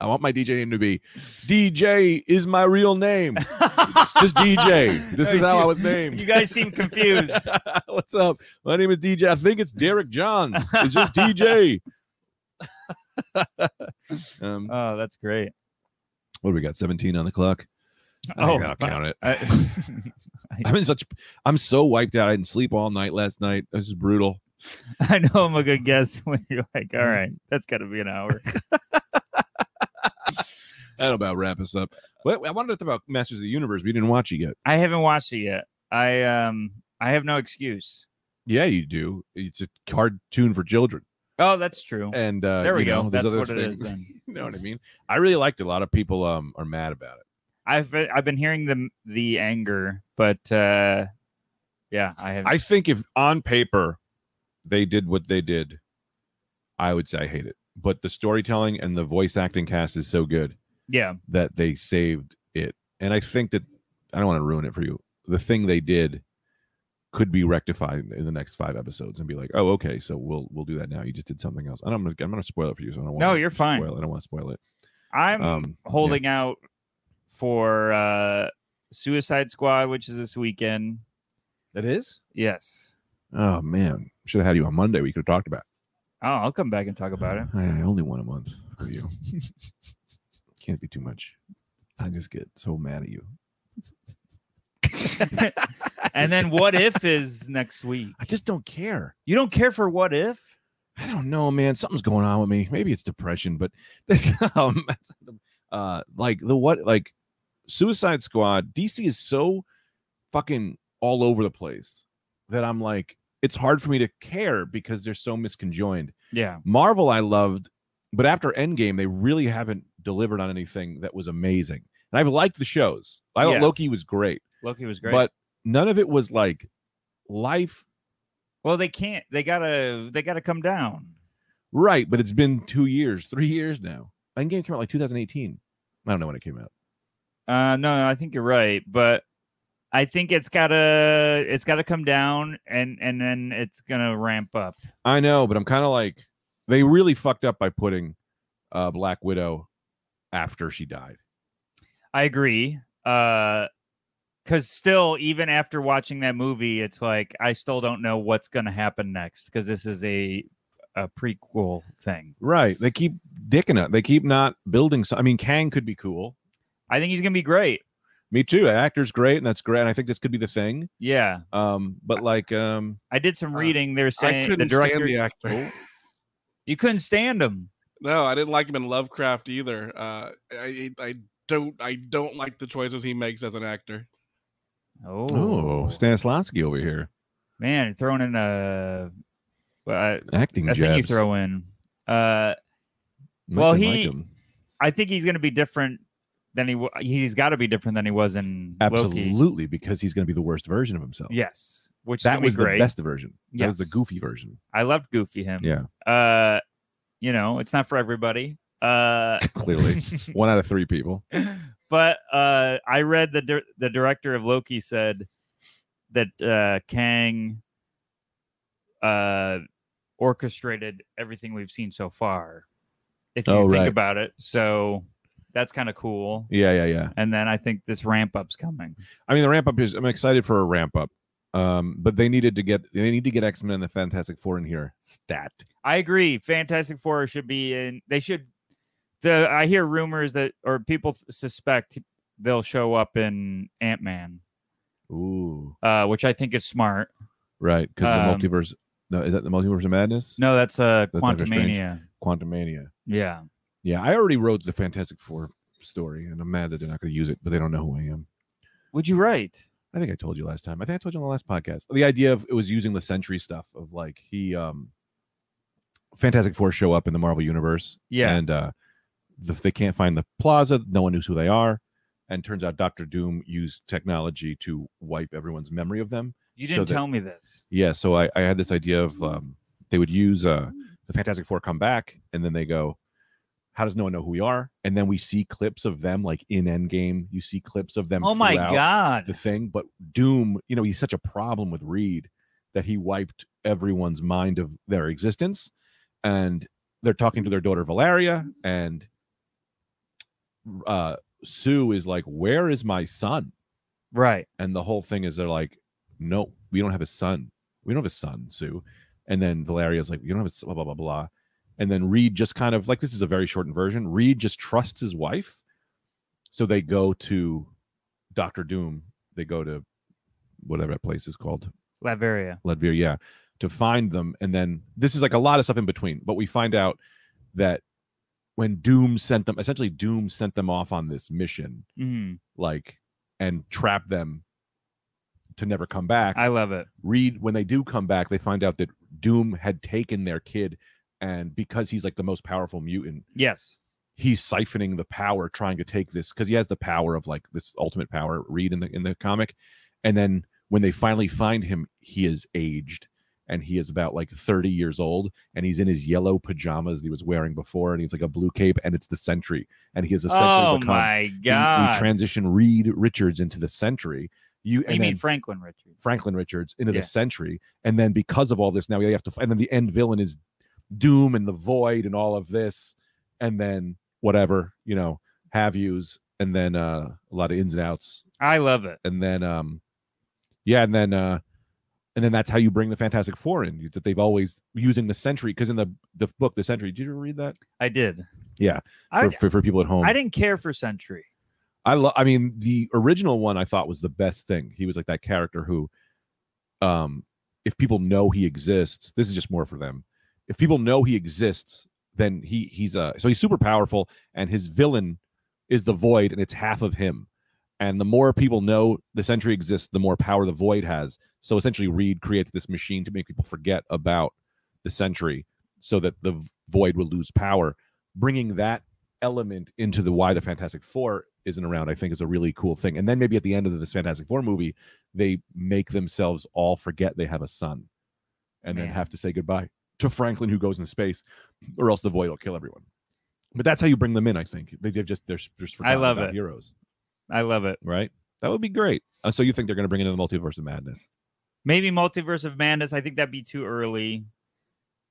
Speaker 2: I want my DJ name to be DJ is my real name. just DJ. This is how I was named.
Speaker 3: You guys seem confused.
Speaker 2: <laughs> What's up? My name is DJ. I think it's Derek Johns. It's just <laughs> DJ. um,
Speaker 3: <laughs> Oh, that's great.
Speaker 2: what do we got? 17 on the clock. I
Speaker 3: Oh,
Speaker 2: think I'll count it.
Speaker 3: I- <laughs>
Speaker 2: I'm in such I'm so wiped out. I didn't sleep all night last night. This is brutal.
Speaker 3: I know I'm a good guess <laughs> when you're like, all right, that's got to be an hour.
Speaker 2: That'll about wrap us up. Well, I wanted to talk about Masters of the Universe. We didn't watch it yet.
Speaker 3: I haven't watched it yet. I um I have no excuse.
Speaker 2: Yeah, you do. It's a cartoon for children.
Speaker 3: Oh, that's true.
Speaker 2: And uh,
Speaker 3: There we
Speaker 2: you know,
Speaker 3: go.
Speaker 2: there's
Speaker 3: That's
Speaker 2: other
Speaker 3: what it is.
Speaker 2: things- <laughs>
Speaker 3: Then
Speaker 2: you know what I mean? I really liked it. A lot of people um are mad about it.
Speaker 3: I've been- I've been hearing the the anger, but uh yeah, I have.
Speaker 2: I think if on paper they did what they did, I would say I hate it. But the storytelling and the voice acting cast is so good
Speaker 3: yeah,
Speaker 2: that they saved it. And I think that I don't want to ruin it for you. The thing they did could be rectified in the next five episodes and be like, oh, okay, so we'll we'll do that now. You just did something else. And I'm gonna I'm gonna spoil it for you. So I don't want
Speaker 3: No,
Speaker 2: to
Speaker 3: you're fine.
Speaker 2: Spoil it. I don't want to spoil it.
Speaker 3: I'm
Speaker 2: Um, yeah.
Speaker 3: holding out for uh Suicide Squad, which is this weekend.
Speaker 2: That is.
Speaker 3: Yes.
Speaker 2: Oh man, should have had you on Monday. We could have talked about. it.
Speaker 3: Oh, I'll come back and talk about
Speaker 2: <laughs>
Speaker 3: it.
Speaker 2: I, I only one a month for you. <laughs> Can't be too much. I just get so mad at you.
Speaker 3: And then what if is next week?
Speaker 2: I just don't care.
Speaker 3: You don't care for what if?
Speaker 2: I don't know, man. Something's going on with me. Maybe it's depression, but <laughs> this <laughs> um uh like the what like Suicide Squad, DC is so fucking all over the place that I'm like it's hard for me to care because they're so misconjoined.
Speaker 3: Yeah.
Speaker 2: Marvel I loved, but after Endgame, they really haven't delivered on anything that was amazing. And I've liked the shows. I thought
Speaker 3: Yeah.
Speaker 2: Loki was great,
Speaker 3: Loki was great.
Speaker 2: but none of it was like life
Speaker 3: well, they can't. They gotta. They gotta come down.
Speaker 2: right. But it's been two years, three years now. Endgame came out like 2018. I don't know when it came out.
Speaker 3: Uh, no, I think you're right, but I think it's gotta it's gotta come down and and then it's gonna ramp up.
Speaker 2: I know, but I'm kind of like they really fucked up by putting uh, Black Widow after she died.
Speaker 3: I agree. Uh because still, even after watching that movie, it's like I still don't know what's gonna happen next because this is a a prequel thing.
Speaker 2: Right. They keep dicking it. They keep not building. So- I mean, Kang could be cool.
Speaker 3: I think he's gonna be great.
Speaker 2: Me too. Actor's great, and that's great. And I think this could be the thing.
Speaker 3: Yeah.
Speaker 2: Um, but like, um,
Speaker 3: I did some
Speaker 4: Uh,
Speaker 3: reading. They're
Speaker 4: I
Speaker 3: saying the
Speaker 4: couldn't
Speaker 3: director
Speaker 4: stand the
Speaker 2: Oh.
Speaker 4: actor.
Speaker 3: you couldn't stand him.
Speaker 4: No, I didn't like him in Lovecraft either. Uh, I I don't I don't like the choices he makes as an actor.
Speaker 3: Oh,
Speaker 2: oh, Stanislavski over here
Speaker 3: man, throwing in a well, I,
Speaker 2: acting
Speaker 3: I think you
Speaker 2: jabs.
Speaker 3: throw in. Uh,
Speaker 2: Make
Speaker 3: well,
Speaker 2: them
Speaker 3: he-
Speaker 2: him.
Speaker 3: I think he's going to be different than he. wa- He's got to be different than he was in Loki.
Speaker 2: absolutely because he's going to be the worst version of himself.
Speaker 3: Yes, which is
Speaker 2: that
Speaker 3: gonna be
Speaker 2: was the
Speaker 3: great.
Speaker 2: best version. That was the
Speaker 3: Yes.
Speaker 2: goofy version.
Speaker 3: I loved Goofy him.
Speaker 2: Yeah,
Speaker 3: Uh, you know, it's not for everybody.
Speaker 2: <laughs>
Speaker 3: Uh,
Speaker 2: <laughs>
Speaker 3: <laughs>
Speaker 2: clearly one out of three people.
Speaker 3: but uh, I read the dir- the director of Loki said that uh, Kang uh, orchestrated everything we've seen so far. If you
Speaker 2: Oh,
Speaker 3: think
Speaker 2: right.
Speaker 3: about it, so that's kind of cool.
Speaker 2: Yeah, yeah, yeah.
Speaker 3: And then I think this ramp up's coming.
Speaker 2: I mean, the ramp up is. I'm excited for a ramp up. Um, but they needed to get they need to get X Men and the Fantastic Four in here. Stat.
Speaker 3: I agree. Fantastic Four should be in. They should. The I hear rumors that or people suspect they'll show up in Ant Man,
Speaker 2: Ooh.
Speaker 3: uh, which I think is smart.
Speaker 2: Right, because
Speaker 3: Um,
Speaker 2: the multiverse. No, is that the multiverse of madness?
Speaker 3: No, that's a uh,
Speaker 2: That's Doctor Strange.
Speaker 3: Quantumania.
Speaker 2: Quantum Mania.
Speaker 3: Yeah.
Speaker 2: Yeah, I already wrote the Fantastic Four story, and I'm mad that they're not going to use it, but they don't know who I am.
Speaker 3: Would you write?
Speaker 2: I think I told you last time. I think I told you on the last podcast. The idea of it was using the Sentry stuff of like he, um, Fantastic Four show up in the Marvel universe,
Speaker 3: Yeah.
Speaker 2: and uh, the, they can't find the plaza. No one knows who they are, and turns out Doctor Doom used technology to wipe everyone's memory of them.
Speaker 3: you
Speaker 2: so
Speaker 3: didn't
Speaker 2: that-
Speaker 3: tell me this.
Speaker 2: Yeah, so I, I had this idea of um, they would use uh,
Speaker 3: Mm.
Speaker 2: the Fantastic Four come back, and then they go, "How does no one know who we are?" And then we see clips of them, like in Endgame, you see clips of them.
Speaker 3: Oh my
Speaker 2: throughout
Speaker 3: god.
Speaker 2: the thing. But Doom, you know, he's such a problem with Reed that he wiped everyone's mind of their existence. And they're talking to their daughter
Speaker 3: Mm.
Speaker 2: Valeria, and uh, Sue is like, "Where is my son?"
Speaker 3: Right.
Speaker 2: And the whole thing is they're like, no, we don't have a son. We don't have a son, Sue. And then Valeria's like, you don't have a son, blah, blah, blah, blah. And then Reed just kind of like, this is a very shortened version. Reed just trusts his wife. So they go to Dr. Doom. They go to whatever that place is called,
Speaker 3: Laveria.
Speaker 2: Ledvir, yeah, to find them. And then this is like a lot of stuff in between, but we find out that when Doom sent them, essentially Doom sent them off on this mission
Speaker 3: Mhm.
Speaker 2: like and trap them to never come back.
Speaker 3: I love it.
Speaker 2: Reed, when they do come back, they find out that Doom had taken their kid, and because he's like the most powerful mutant,
Speaker 3: Yes.
Speaker 2: he's siphoning the power, trying to take this because he has the power of like this ultimate power. Reed in the in the comic, and then when they finally find him, he is aged. And he is about like 30 years old, and he's in his yellow pajamas that he was wearing before, and he's like a blue cape, and it's the sentry. And he has essentially
Speaker 3: Oh
Speaker 2: become
Speaker 3: my
Speaker 2: we-
Speaker 3: god.
Speaker 2: we transition Reed Richards into the century. You and
Speaker 3: you
Speaker 2: then
Speaker 3: mean Franklin Richard?
Speaker 2: Franklin Richards into
Speaker 3: Yeah.
Speaker 2: the century, and then because of all this, now we have to. And then the end villain is Doom and the Void and all of this, and then whatever you know, have yous, and then uh, a lot of ins and outs,
Speaker 3: I love it.
Speaker 2: and then um, yeah, and then uh, and then that's how you bring the Fantastic Four in you- that they've always using the century because in the the book the century. Did you ever read that
Speaker 3: I did.
Speaker 2: Yeah.
Speaker 3: I,
Speaker 2: for, for, for people at home?
Speaker 3: I didn't care for Sentry.
Speaker 2: I love. I mean, the original one I thought was the best thing. He was like that character who, um, if people know he exists, this is just more for them. If people know he exists, then he he's uh so he's super powerful, and his villain is the void, and it's half of him. And the more people know the Sentry exists, the more power the void has. So essentially, Reed creates this machine to make people forget about the Sentry, so that the void will lose power. Bringing that element into the why the Fantastic Four isn't around, I think is a really cool thing. And then maybe at the end of this Fantastic Four movie, they make themselves all forget they have a son and then
Speaker 3: Man.
Speaker 2: have to say goodbye to Franklin who goes into space, or else the void will kill everyone. But that's how you bring them in, I think. They, they've just they're, s- just forgotten
Speaker 3: love
Speaker 2: about
Speaker 3: it.
Speaker 2: heroes,
Speaker 3: I love it.
Speaker 2: right? That would be great. Uh, so you think they're going to bring it in the multiverse of madness?
Speaker 3: Maybe Multiverse of Madness. I think that'd be too early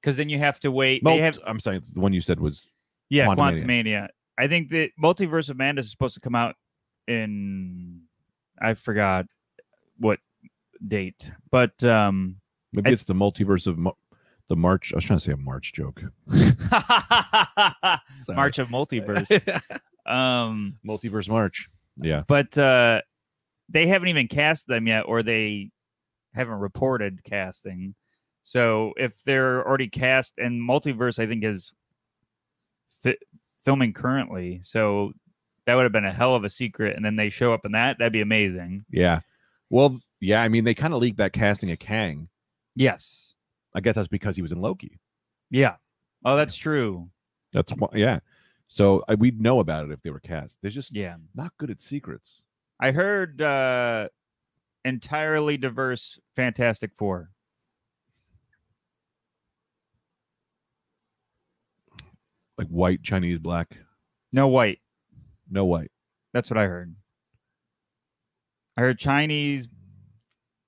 Speaker 3: because then you have to wait.
Speaker 2: Mult-
Speaker 3: they have
Speaker 2: I'm sorry, the one you said was
Speaker 3: yeah,
Speaker 2: Quantumania.
Speaker 3: Quantumania. I think that Multiverse of Madness is supposed to come out in I forgot what date, but um, <laughs>
Speaker 2: maybe
Speaker 3: I-
Speaker 2: it's the multiverse of Mo- the March. I was trying to say a March joke. Sorry.
Speaker 3: March of Multiverse. um,
Speaker 2: multiverse March. Yeah,
Speaker 3: but uh, they haven't even cast them yet, or they haven't reported casting. So if they're already cast, and Multiverse, I think is fi- filming currently, so that would have been a hell of a secret. And then they show up in that; that'd be amazing.
Speaker 2: yeah. Well, yeah. I mean, they kind of leaked that casting of Kang.
Speaker 3: Yes.
Speaker 2: I guess that's because he was in Loki.
Speaker 3: Yeah. Oh, that's true.
Speaker 2: That's why. Yeah. So I, we'd know about it if they were cast. They're just
Speaker 3: Yeah.
Speaker 2: not good at secrets.
Speaker 3: I heard uh entirely diverse Fantastic Four.
Speaker 2: Like white, Chinese, black,
Speaker 3: No white.
Speaker 2: no white.
Speaker 3: That's what I heard. I heard Chinese,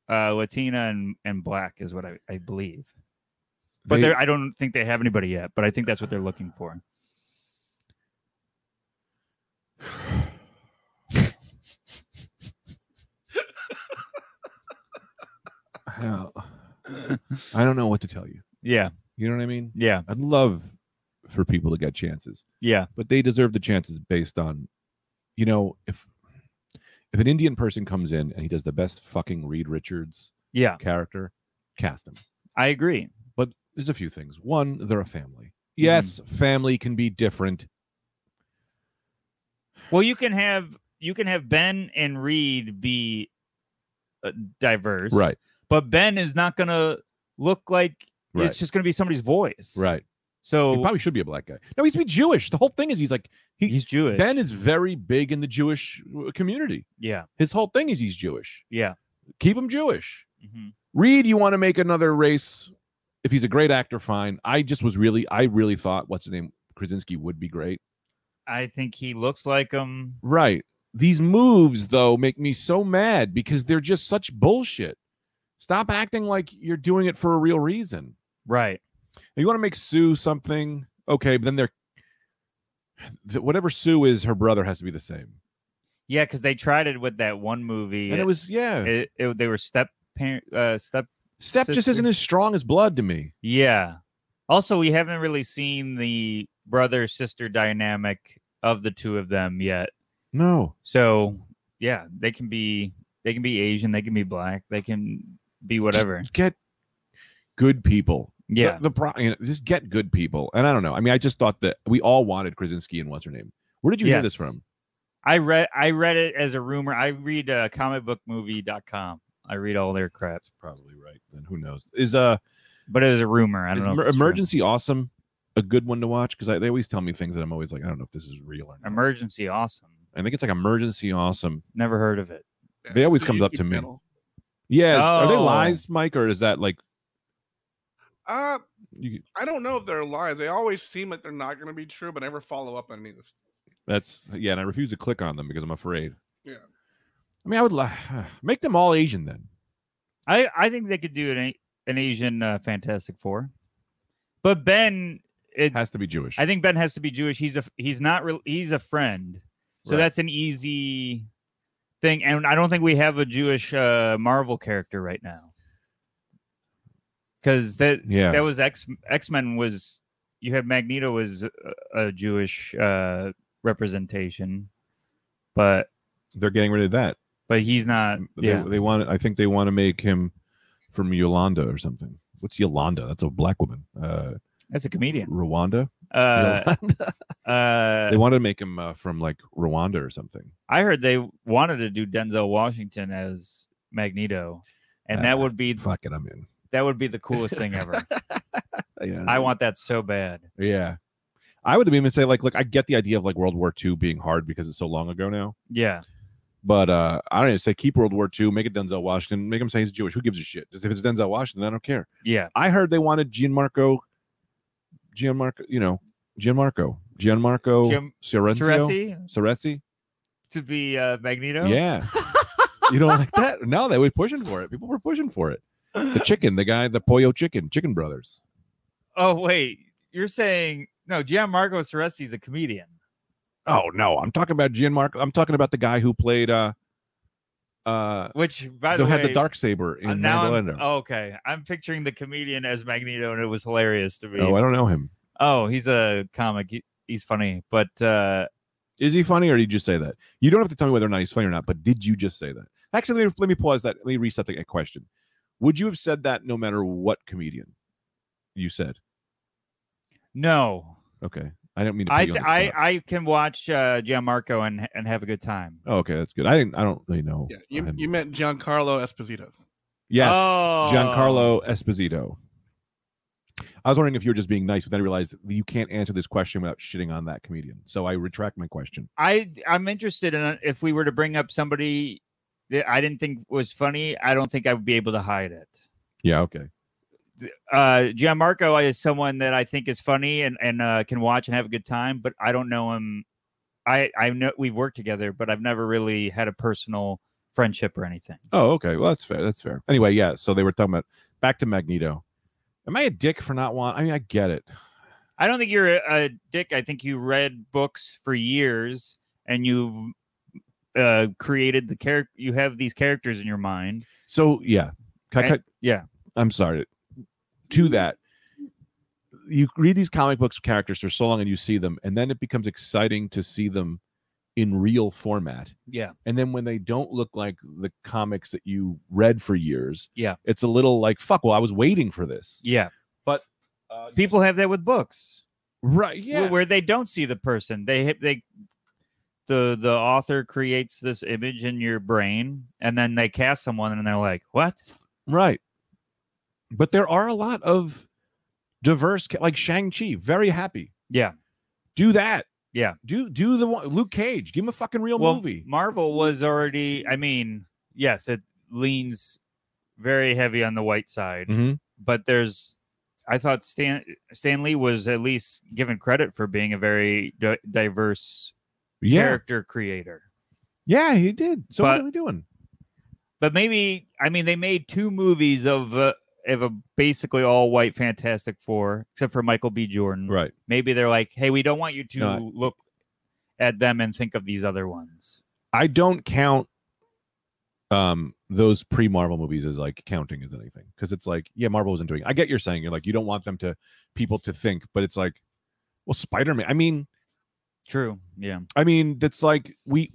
Speaker 3: uh, Latina, and, and black is what I, I believe. But
Speaker 2: They-
Speaker 3: they're I don't think they have anybody yet. But I think that's what they're looking for.
Speaker 2: Hell. I don't know what to tell you.
Speaker 3: Yeah.
Speaker 2: You know what I mean?
Speaker 3: Yeah.
Speaker 2: I'd love for people to get chances,
Speaker 3: Yeah.
Speaker 2: but they deserve the chances based on, you know, if if an Indian person comes in and he does the best fucking Reed Richards
Speaker 3: Yeah.
Speaker 2: character, cast him.
Speaker 3: I agree.
Speaker 2: But there's a few things. One, they're a family. Yes, family can be different.
Speaker 3: Well, you can have you can have Ben and Reed be uh, diverse,
Speaker 2: Right.
Speaker 3: But Ben is not gonna look like
Speaker 2: Right.
Speaker 3: it's just gonna be somebody's voice,
Speaker 2: right. He
Speaker 3: So
Speaker 2: probably should be a black guy. No, he's be Jewish. The whole thing is he's like he,
Speaker 3: he's Jewish.
Speaker 2: Ben is very big in the Jewish uh, community.
Speaker 3: yeah,
Speaker 2: His whole thing is he's Jewish.
Speaker 3: yeah.
Speaker 2: Keep him Jewish.
Speaker 3: Mhm.
Speaker 2: Reed, you want to make another race? If he's a great actor, fine. I just was really, I really thought what's his name Krasinski would be great.
Speaker 3: I think he looks like him.
Speaker 2: Right. These moves though make me so mad because they're just such bullshit. Stop acting like you're doing it for a real reason.
Speaker 3: Right.
Speaker 2: You want to make Sue something, okay? But then they're th- whatever Sue is, her brother has to be the same.
Speaker 3: Yeah, because they tried it with that one movie.
Speaker 2: And it was yeah.
Speaker 3: it, it- they were step parent uh step
Speaker 2: Step just
Speaker 3: sister.
Speaker 2: isn't as strong as blood to me.
Speaker 3: yeah. Also, we haven't really seen the brother sister dynamic of the two of them yet.
Speaker 2: No.
Speaker 3: So yeah, they can be they can be Asian, they can be black, they can be whatever.
Speaker 2: Get good people. The-
Speaker 3: Yeah.
Speaker 2: The, pro, you know, just get good people. And I don't know. I mean, I just thought that we all wanted Krasinski and what's her name. Where did you hear this
Speaker 3: Yes.
Speaker 2: from?
Speaker 3: I read I read it as a rumor. I read uh, comicbookmovie.com. I read all their crap,
Speaker 2: Probably right. Then who knows? Is uh
Speaker 3: but it was a rumor. I don't
Speaker 2: is
Speaker 3: know. if
Speaker 2: Emer-
Speaker 3: it's true.
Speaker 2: emergency awesome a good one to watch? Because they always tell me things that I'm always like, I don't know if this is real or not.
Speaker 3: emergency awesome.
Speaker 2: I think it's like emergency awesome.
Speaker 3: Never heard of it.
Speaker 2: They always
Speaker 4: It's a
Speaker 2: comes up to
Speaker 4: YouTube
Speaker 2: me.
Speaker 4: channel.
Speaker 2: Yeah, is- are they
Speaker 3: Oh.
Speaker 2: lies, Mike, or is that like
Speaker 4: Uh,
Speaker 2: you,
Speaker 4: I don't know if they're lies. They always seem like they're not going to be true, but I never follow up on any of
Speaker 2: <laughs>
Speaker 4: this.
Speaker 2: that's yeah? And I refuse to click on them because I'm afraid.
Speaker 4: Yeah.
Speaker 2: I mean, I would li- <sighs> make them all Asian then.
Speaker 3: I I think they could do an A- an Asian uh, Fantastic Four, but Ben, it,
Speaker 2: Has to be Jewish.
Speaker 3: I think Ben has to be Jewish. He's a he's not real. he's a friend, so
Speaker 2: Right.
Speaker 3: that's an easy thing. And I don't think we have a Jewish uh, Marvel character right now, because that
Speaker 2: yeah.
Speaker 3: that was X X Men was you had Magneto was a, a Jewish uh, representation, but
Speaker 2: They're getting rid of that.
Speaker 3: but he's not.
Speaker 2: They,
Speaker 3: yeah,
Speaker 2: they want. I think they want to make him from Yolanda or something. What's Yolanda? That's a black woman. Uh,
Speaker 3: that's
Speaker 2: <laughs>
Speaker 3: a comedian.
Speaker 2: Rwanda.
Speaker 3: Uh,
Speaker 2: Yolanda? <laughs>
Speaker 3: uh,
Speaker 2: they wanted to make him uh, from like Rwanda or something.
Speaker 3: I heard they wanted to do Denzel Washington as Magneto, and
Speaker 2: Ah,
Speaker 3: that would be
Speaker 2: Fuck it, I'm in.
Speaker 3: that would be the coolest thing
Speaker 2: <laughs>
Speaker 3: ever.
Speaker 2: Yeah,
Speaker 3: I want that so bad.
Speaker 2: Yeah, I would even say like, look, I get the idea of like World War II being hard because it's so long ago now.
Speaker 3: Yeah,
Speaker 2: But uh, I don't know, say keep World War II, make it Denzel Washington, make him say he's Jewish. Who gives a shit? If it's Denzel Washington, I don't care.
Speaker 3: yeah.
Speaker 2: I heard they wanted Gianmarco, Gianmarco, you know, Gianmarco, Gianmarco
Speaker 3: Jim
Speaker 2: Ciarenzo,
Speaker 3: Ceresi
Speaker 2: Ceresi.
Speaker 3: to be uh, Magneto.
Speaker 2: Yeah. You don't like that? No, they were pushing for it. People were pushing for it. The chicken, the guy, the Pollo Chicken, Chicken Brothers.
Speaker 3: Oh wait, you're saying no? Gianmarco Ceresi is a comedian.
Speaker 2: Oh no, I'm talking about Gianmarco. I'm talking about the guy who played uh uh
Speaker 3: Which by
Speaker 2: who
Speaker 3: the way,
Speaker 2: had the dark saber
Speaker 3: uh,
Speaker 2: in
Speaker 3: now I'm-
Speaker 2: Mandalorian.
Speaker 3: oh, okay, I'm picturing the comedian as Magneto, and it was hilarious to me.
Speaker 2: oh, I don't know him.
Speaker 3: Oh, he's a comic. He- he's funny, but uh,
Speaker 2: Is he funny or did you just say that? You don't have to tell me whether or not he's funny or not, but did you just say that? Actually, let me, let me pause that. Let me reset the question. Would you have said that no matter what comedian you said?
Speaker 3: no,
Speaker 2: Okay. I don't mean to put
Speaker 3: I
Speaker 2: you
Speaker 3: th-
Speaker 2: on the
Speaker 3: I
Speaker 2: spot.
Speaker 3: I can watch uh, Gianmarco and and have a good time.
Speaker 2: Oh, okay, that's good. I didn't I don't really know.
Speaker 4: Yeah, you,
Speaker 2: him.
Speaker 4: you meant Giancarlo Esposito.
Speaker 2: Yes.
Speaker 3: Oh.
Speaker 2: Giancarlo Esposito. I was wondering if you were just being nice, but then I realized that you can't answer this question without shitting on that comedian. So I retract my question.
Speaker 3: I I'm interested in uh, if we were to bring up somebody that I didn't think was funny. I don't think I would be able to hide it.
Speaker 2: Yeah, okay.
Speaker 3: Uh, Gianmarco is someone that I think is funny and and uh, can watch and have a good time, but I don't know him. I I know we've worked together, but I've never really had a personal friendship or anything.
Speaker 2: Oh, okay. Well, that's fair. That's fair. Anyway, yeah. So they were talking about back to Magneto. Am I a dick for not want? I mean, I get it.
Speaker 3: I don't think you're a, a dick. I think you read books for years and you've uh, created the character. You have these characters in your mind.
Speaker 2: So yeah, Can I
Speaker 3: And-
Speaker 2: cut-
Speaker 3: yeah. Mm-hmm.
Speaker 2: I'm sorry. To that, you read these comic books characters for so long, and you see them, and then it becomes exciting to see them in real format.
Speaker 3: Yeah.
Speaker 2: And then when they don't look like the comics that you read for years,
Speaker 3: Yeah.
Speaker 2: it's a little like fuck. Well, I was waiting for this.
Speaker 3: Yeah.
Speaker 2: Uh,
Speaker 3: People have that with books.
Speaker 2: right?
Speaker 3: where-
Speaker 2: Yeah.
Speaker 3: where they don't see the person. They hit- they the the author creates this image in your brain, and then they cast someone, and they're like, "What?
Speaker 2: Right. But there are a lot of diverse, ca- like Shang Chi, very happy.
Speaker 3: Yeah,
Speaker 2: Do that.
Speaker 3: Yeah.
Speaker 2: Do do the one Luke Cage. Give him a fucking real
Speaker 3: well,
Speaker 2: movie.
Speaker 3: Marvel was already. I mean, yes, it leans very heavy on the white side,
Speaker 2: Mm-hmm.
Speaker 3: but there's." I thought Stan Stanley was at least given credit for being a very di- diverse
Speaker 2: Yeah.
Speaker 3: character creator.
Speaker 2: Yeah, he did. So what
Speaker 3: But-
Speaker 2: are we doing?
Speaker 3: but maybe I mean they made two movies of uh, of a basically all white Fantastic Four, except for Michael B. Jordan.
Speaker 2: Right.
Speaker 3: Maybe they're like, hey, we don't want you to
Speaker 2: No,
Speaker 3: look at them and think of these other ones.
Speaker 2: I don't count um those pre-Marvel movies as like counting as anything. Because it's like, yeah, Marvel wasn't doing it. I get you're saying you're like you don't want them to people to think, but it's like, well, Spider-Man. I mean,
Speaker 3: True. Yeah.
Speaker 2: I mean, that's like we.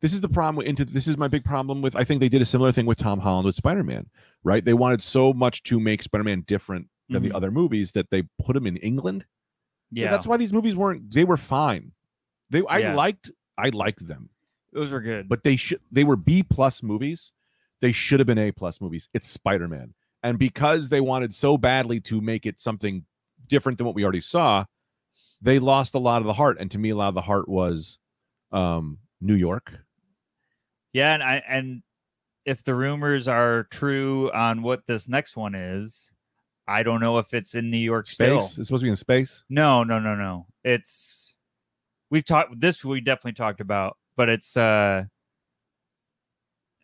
Speaker 2: This is the problem with into. This is my big problem with. I think they did a similar thing with Tom Holland with Spider Man, right? They wanted so much to make Spider Man different than
Speaker 3: Mhm.
Speaker 2: the other movies that they put him in England. But
Speaker 3: Yeah.
Speaker 2: that's why these movies weren't. They were fine. They I
Speaker 3: Yeah.
Speaker 2: liked I liked them,
Speaker 3: Those are good.
Speaker 2: but they should they were B plus movies. They should have been A plus movies. It's Spider Man, and because they wanted so badly to make it something different than what we already saw, they lost a lot of the heart. And to me, a lot of the heart was um, New York.
Speaker 3: yeah, and I and if the rumors are true on what this next one is, I don't know if it's in New York
Speaker 2: Space.
Speaker 3: still.
Speaker 2: It's supposed to be in space.
Speaker 3: No, no, no, no. It's we've talked this we definitely talked about, but it's uh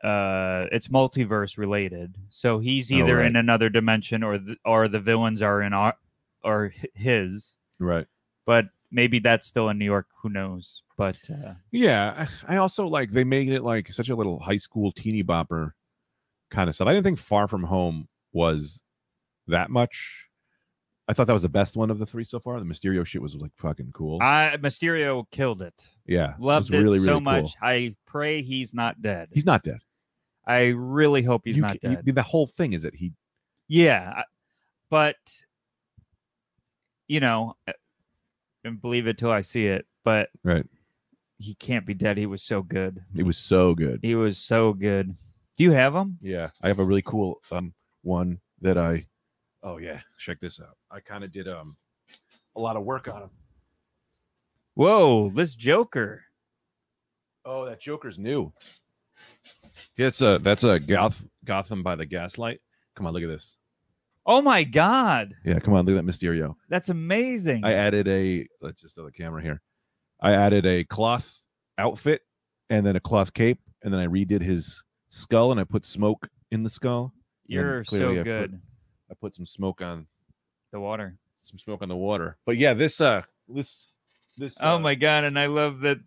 Speaker 3: uh it's multiverse related. So he's
Speaker 2: Oh,
Speaker 3: either
Speaker 2: right.
Speaker 3: in another dimension or the, or the villains are in our or hi- his,
Speaker 2: Right.
Speaker 3: but maybe that's still in New York, who knows. But uh
Speaker 2: Yeah. I I also like they made it like such a little high school teeny bopper kind of stuff. I didn't think Far From Home was that much. I thought that was the best one of the three so far. The Mysterio shit was like fucking cool.
Speaker 3: I Mysterio killed it.
Speaker 2: yeah. it was
Speaker 3: Loved it
Speaker 2: really,
Speaker 3: so
Speaker 2: really cool.
Speaker 3: much. I pray he's not dead.
Speaker 2: He's not dead.
Speaker 3: I really hope he's
Speaker 2: You
Speaker 3: not
Speaker 2: ca- you-
Speaker 3: dead.
Speaker 2: the whole thing is that he
Speaker 3: Yeah, I- but you know, uh, and believe it till I see it. But
Speaker 2: Right.
Speaker 3: he can't be dead. He was so good.
Speaker 2: it was so good.
Speaker 3: He was so good. Do you have him?
Speaker 2: Yeah, I have a really cool um one that I. Oh yeah, check this out. I kind of did um a lot of work on him.
Speaker 3: Whoa, this Joker.
Speaker 2: Oh, that Joker's new. It's a that's a Goth Gotham by the Gaslight. Come on, look at this.
Speaker 3: Oh my God,
Speaker 2: Yeah, come on, look at that Mysterio.
Speaker 3: that's amazing.
Speaker 2: I added a let's just throw the camera here. I added a cloth outfit and then a cloth cape and then I redid his skull and I put smoke in the skull. And then
Speaker 3: You're
Speaker 2: clearly
Speaker 3: so
Speaker 2: I put-
Speaker 3: good.
Speaker 2: I put some smoke on
Speaker 3: The water.
Speaker 2: some smoke on the water. But yeah, this uh this this
Speaker 3: oh
Speaker 2: uh,
Speaker 3: my god! And I love that.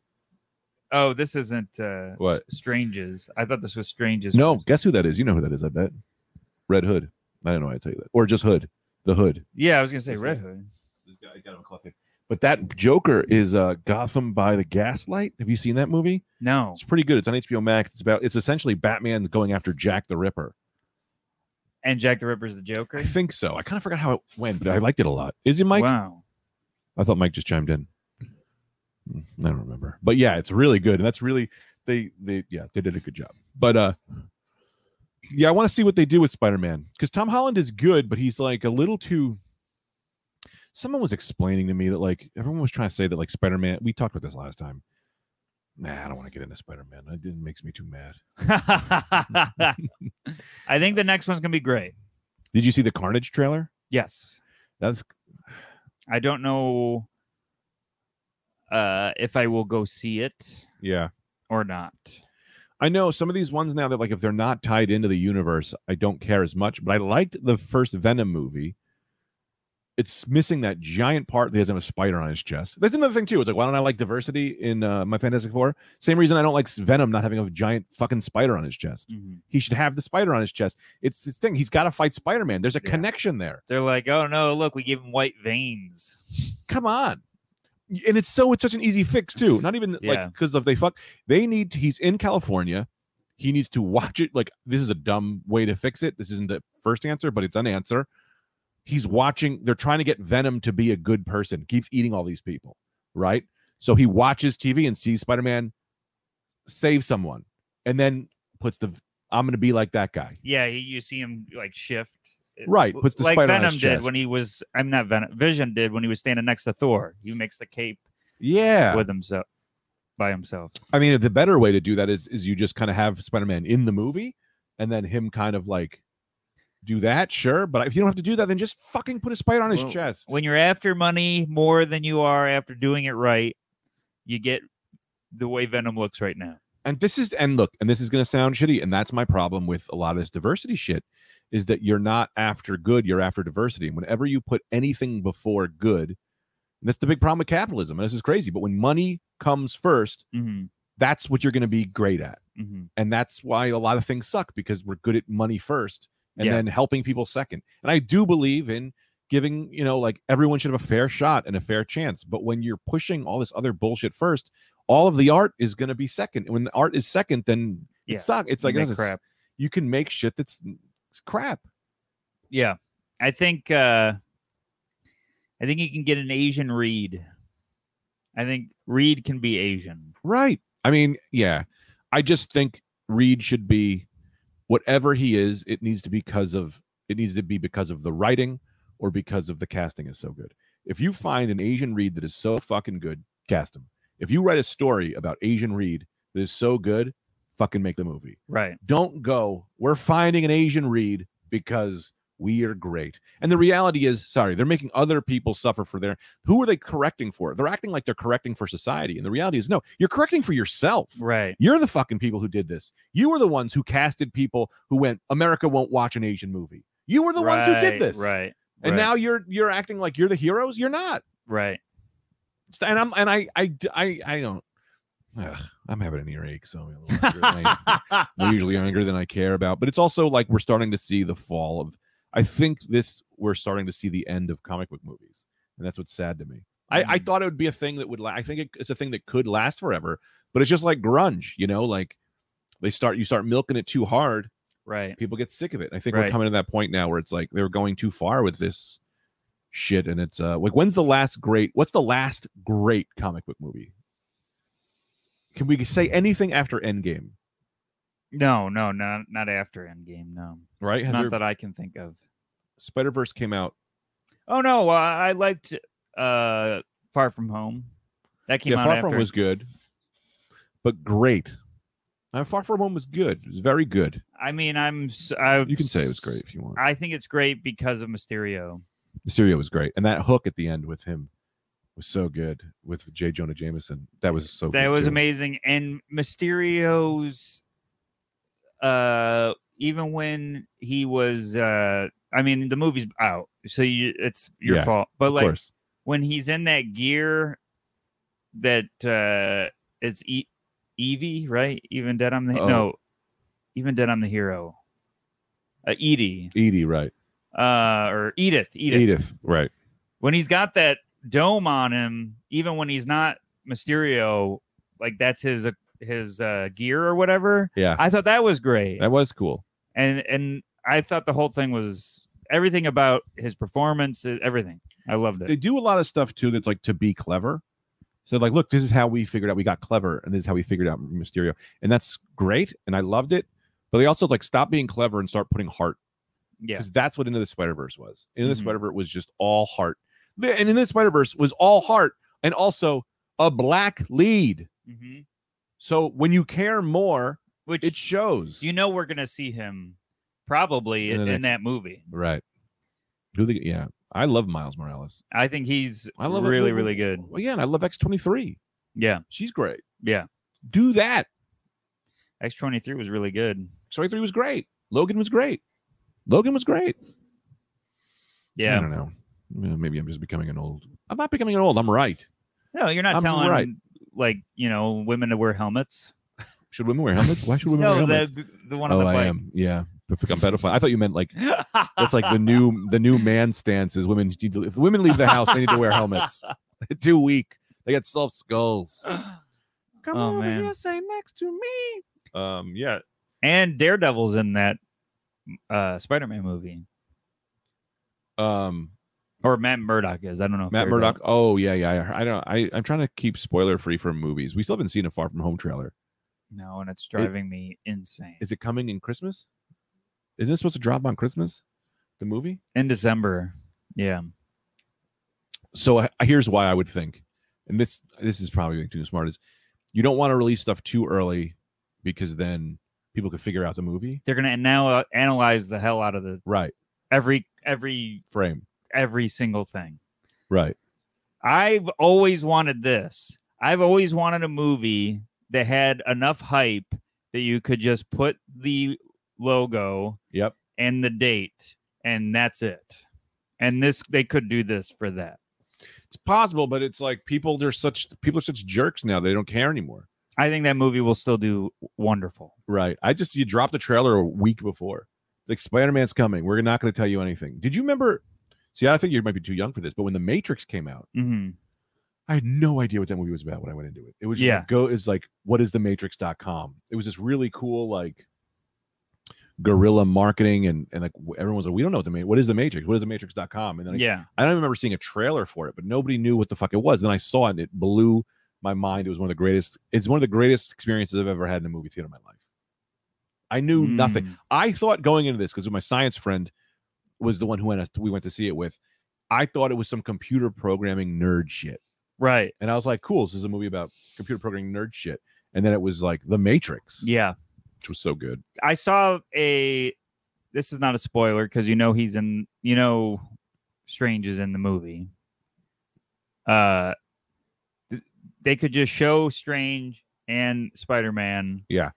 Speaker 3: Oh, this isn't uh,
Speaker 2: What?
Speaker 3: S- Stranges. I thought this was Stranges.
Speaker 2: No,
Speaker 3: first.
Speaker 2: guess who that is? You know who that is, I bet. Red Hood. I don't know why I tell you that. Or just Hood. The Hood.
Speaker 3: Yeah, I was gonna say
Speaker 2: That's
Speaker 3: Red
Speaker 2: good.
Speaker 3: Hood.
Speaker 2: But that Joker is uh Gotham by the Gaslight. Have you seen that movie?
Speaker 3: No.
Speaker 2: It's pretty good. It's on HBO Max. It's about it's essentially Batman going after Jack the Ripper.
Speaker 3: And Jack the Ripper's the Joker.
Speaker 2: I think so. I kind of forgot how it went, but I liked it a lot. Is it <laughs> Mike?
Speaker 3: Wow. <laughs>
Speaker 2: I thought Mike just chimed in. Mm, I don't remember. But yeah, it's really good. And that's really they they yeah, they did a good job. But uh yeah, I want to see what they do with Spider-Man cuz Tom Holland is good, but he's like a little too Someone was explaining to me that like everyone was trying to say that like Spider-Man, we talked about this last time. Nah, I don't want to get into Spider-Man. It didn't- makes me too mad.
Speaker 3: I think the next one's gonna be great.
Speaker 2: Did you see the Carnage trailer?
Speaker 3: Yes.
Speaker 2: That's
Speaker 3: I don't know uh if I will go see it
Speaker 2: yeah.
Speaker 3: or not.
Speaker 2: I know some of these ones now that like if they're not tied into the universe, I don't care as much. But I liked the first Venom movie. It's missing that giant part that doesn't have a spider on his chest. That's another thing too. It's like why don't I like diversity in uh, my Fantastic Four? Same reason I don't like Venom not having a giant fucking spider on his chest. He should have the spider on his chest. It's this thing. He's got to fight Spider Man. There's a
Speaker 3: Yeah.
Speaker 2: connection there.
Speaker 3: They're like, oh no, look, we give him white veins.
Speaker 2: Come on. And it's so it's such an easy fix too. Not even
Speaker 3: Yeah.
Speaker 2: like because if they fuck, they need to- he's in California. He needs to watch it. Like this is a dumb way to fix it. This isn't the first answer, but it's an answer. He's watching. They're trying to get Venom to be a good person. Keeps eating all these people, right? So he watches TV and sees Spider Man save someone, and then puts the I'm going to be like that guy.
Speaker 3: Yeah, he, you see him like shift. It-
Speaker 2: Right, puts the
Speaker 3: like
Speaker 2: spider on
Speaker 3: Venom
Speaker 2: his
Speaker 3: did when
Speaker 2: chest.
Speaker 3: he was. I'm not Venom. Vision did when he was standing next to Thor. He makes the cape
Speaker 2: Yeah,
Speaker 3: with himself by himself.
Speaker 2: I mean, the better way to do that is is you just kind of have Spider Man in the movie, and then him kind of like do that. Sure, but if you don't have to do that, then just fucking put a spider on his
Speaker 3: Well,
Speaker 2: chest.
Speaker 3: When you're after money more than you are after doing it right, you get the way Venom looks right now.
Speaker 2: And this is and look, and this is gonna sound shitty, and that's my problem with a lot of this diversity shit, is that you're not after good, you're after diversity. And whenever you put anything before good, that's the big problem with capitalism. And this is crazy, but when money comes first,
Speaker 3: hmm
Speaker 2: that's what you're gonna be great at.
Speaker 3: hmm
Speaker 2: and that's why a lot of things suck because we're good at money first and
Speaker 3: Yeah.
Speaker 2: then helping people second and i do believe in giving you know like everyone should have a fair shot and a fair chance but when you're pushing all this other bullshit first all of the art is going to be second and when the art is second then
Speaker 3: Yeah,
Speaker 2: it sucks it's like it
Speaker 3: Make
Speaker 2: doesn't s-
Speaker 3: crap.
Speaker 2: you can make shit that's it's crap
Speaker 3: Yeah. I think uh I think you can get an Asian Reed. I think Reed can be Asian.
Speaker 2: right i mean yeah i just think reed should be whatever he is it needs to be because of it needs to be because of the writing or because of the casting is so good if you find an asian reed that is so fucking good cast him if you write a story about asian reed that is so good fucking make the movie
Speaker 3: Right.
Speaker 2: don't go we're finding an asian reed because we are great and the reality is sorry they're making other people suffer for their who are they correcting for they're acting like they're correcting for society and the reality is no you're correcting for yourself
Speaker 3: Right.
Speaker 2: you're the fucking people who did this. You were the ones who casted people who went, America won't watch an Asian movie. You were the ones who
Speaker 3: Right,
Speaker 2: did this.
Speaker 3: Right.
Speaker 2: And
Speaker 3: right,
Speaker 2: now you're you're acting like you're the heroes. You're not. <laughs>
Speaker 3: right.
Speaker 2: It's- And I'm and I I d- I, I don't Ugh, I'm having an earache, so I'm, a
Speaker 3: <laughs>
Speaker 2: little angry. I-
Speaker 3: Ah.
Speaker 2: I'm usually angrier than I care about. But it's also like we're starting to see the fall of I think this we're starting to see the end of comic book movies. And that's what's sad to me. I, I
Speaker 3: Mm.
Speaker 2: thought it would be a thing that would la- I think it, it's a thing that could last forever, but it's just like grunge, you know, like they start you start milking it too hard,
Speaker 3: right.
Speaker 2: people get sick of it. And I think we're
Speaker 3: Right.
Speaker 2: coming to that point now where it's like they're going too far with this shit and it's uh like when's the last great what's the last great comic book movie? Can we
Speaker 3: Hmm.
Speaker 2: say anything after Endgame,
Speaker 3: No, no, not not after Endgame. No,
Speaker 2: right? Has
Speaker 3: not
Speaker 2: there,
Speaker 3: that I can think of.
Speaker 2: Spider-Verse came out
Speaker 3: Oh no, uh, I liked uh Far From Home. That came
Speaker 2: yeah,
Speaker 3: out
Speaker 2: Far
Speaker 3: after.
Speaker 2: From was good, but great. Uh, Far From Home was good. It was very good.
Speaker 3: I mean, I'm. s- I,
Speaker 2: You can say it was great if you want.
Speaker 3: I think it's great because of Mysterio.
Speaker 2: Mysterio was great, and that hook at the end with him was so good with J. Jonah Jameson. That was so.
Speaker 3: That
Speaker 2: good
Speaker 3: was
Speaker 2: too.
Speaker 3: amazing. And Mysterio's uh, even when he was, uh, I mean, the movie's out, so you, it's your
Speaker 2: Yeah,
Speaker 3: fault. But
Speaker 2: of
Speaker 3: like
Speaker 2: course.
Speaker 3: when he's in that gear, that uh, it's e- Evie, right? Even dead, I'm the
Speaker 2: Oh.
Speaker 3: no, even dead, I'm the hero. Uh, Edie,
Speaker 2: Edie, right?
Speaker 3: uh, or Edith, Edith,
Speaker 2: right?
Speaker 3: when he's got that dome on him, even when he's not Mysterio, like that's his uh, his uh, gear or whatever.
Speaker 2: Yeah,
Speaker 3: I thought that was great,
Speaker 2: that was cool.
Speaker 3: and and I thought the whole thing was everything about his performance, e- everything. I loved
Speaker 2: They
Speaker 3: it.
Speaker 2: do a lot of stuff too that's like to be clever. So like, look, this is how we figured out we got clever, and this is how we figured out Mysterio, and that's great, and I loved it. But they also like stop being clever and start putting heart
Speaker 3: Yeah,
Speaker 2: because that's what Into the Spider Verse was. Into the
Speaker 3: Mhm.
Speaker 2: Spider Verse was just all heart, The- and Into the Spider Verse was all heart, and also a black lead.
Speaker 3: hmm
Speaker 2: So when you care more,
Speaker 3: which
Speaker 2: it shows.
Speaker 3: you know we're gonna see him probably
Speaker 2: In
Speaker 3: in,
Speaker 2: the
Speaker 3: in that movie.
Speaker 2: right? Who the yeah? I love Miles Morales.
Speaker 3: I think he's
Speaker 2: I love
Speaker 3: really really good.
Speaker 2: Well, yeah, and I love X twenty three.
Speaker 3: Yeah,
Speaker 2: She's great.
Speaker 3: yeah.
Speaker 2: Do that.
Speaker 3: X twenty three was really good.
Speaker 2: X three was great. Logan was great. Logan was great. I
Speaker 3: Yeah.
Speaker 2: don't know. Yeah, Maybe I'm just becoming an old. I'm not becoming an old. I'm right.
Speaker 3: No, you're not
Speaker 2: I'm
Speaker 3: telling
Speaker 2: right.
Speaker 3: like you know women to wear helmets.
Speaker 2: Should women wear helmets? Why should women wear
Speaker 3: No,
Speaker 2: helmets?
Speaker 3: the the one on
Speaker 2: oh,
Speaker 3: the
Speaker 2: I
Speaker 3: bike.
Speaker 2: am. Yeah, I'm pedophile. I thought you meant
Speaker 3: <laughs>
Speaker 2: like that's like the new the new man stance is women need to, if women leave the house they need to wear
Speaker 3: <laughs>
Speaker 2: helmets. They're too weak. They got soft skulls. Come
Speaker 3: Oh, man.
Speaker 2: say next to me. Um, yeah,
Speaker 3: and Daredevil's in that uh, Spider-Man movie,
Speaker 2: um,
Speaker 3: or Matt Murdock is. I don't know. if
Speaker 2: Matt
Speaker 3: Daredevil-
Speaker 2: Murdock. Oh yeah, yeah. I, I don't. I I'm trying to keep spoiler free from movies. We still haven't seen a Far From Home trailer.
Speaker 3: No, and it's driving me insane.
Speaker 2: Is it coming in Christmas? Isn't it supposed to drop on Christmas? The movie.
Speaker 3: in December. Yeah.
Speaker 2: so I- here's why I would think, and this this is probably being too smart is you don't want to release stuff too early because then people could figure out the movie.
Speaker 3: They're gonna now uh, analyze the hell out of the
Speaker 2: Right.
Speaker 3: every every
Speaker 2: Frame.
Speaker 3: every single thing.
Speaker 2: Right.
Speaker 3: I've always wanted this. I've always wanted a movie that had enough hype that you could just put the logo
Speaker 2: Yep.
Speaker 3: and the date and that's it. And this they could do this for that.
Speaker 2: It's possible, but it's like people they're such people are such jerks now. They don't care anymore.
Speaker 3: I think that movie will still do wonderful.
Speaker 2: Right. I just you dropped the trailer a week before. Like Spider Man's coming. We're not going to tell you anything. Did you remember? See, I think you might be too young for this, but when The Matrix came out,
Speaker 3: hmm
Speaker 2: I had no idea what that movie was about when I went into it. It was just
Speaker 3: Yeah.
Speaker 2: like, go is like what is the matrix.com. It was this really cool like guerrilla marketing and and like w- everyone was like we don't know what the ma- what is the matrix? What is the matrix.com? And then I-
Speaker 3: Yeah.
Speaker 2: I don't remember seeing a trailer for it, but nobody knew what the fuck it was. Then I saw it and it blew my mind. It was one of the greatest it's one of the greatest experiences I've ever had in a movie theater in my life. I knew nothing.
Speaker 3: Mm.
Speaker 2: I thought going into this because my science friend was the one who went us- we went to see it with. I thought it was some computer programming nerd shit.
Speaker 3: Right.
Speaker 2: And I was like, cool, this is a movie about computer programming nerd shit. And then it was like The Matrix,
Speaker 3: Yeah.
Speaker 2: which was so good.
Speaker 3: I saw a this is not a spoiler because you know he's in you know Strange is in the movie. Uh th- they could just show Strange and Spider Man.
Speaker 2: Yeah.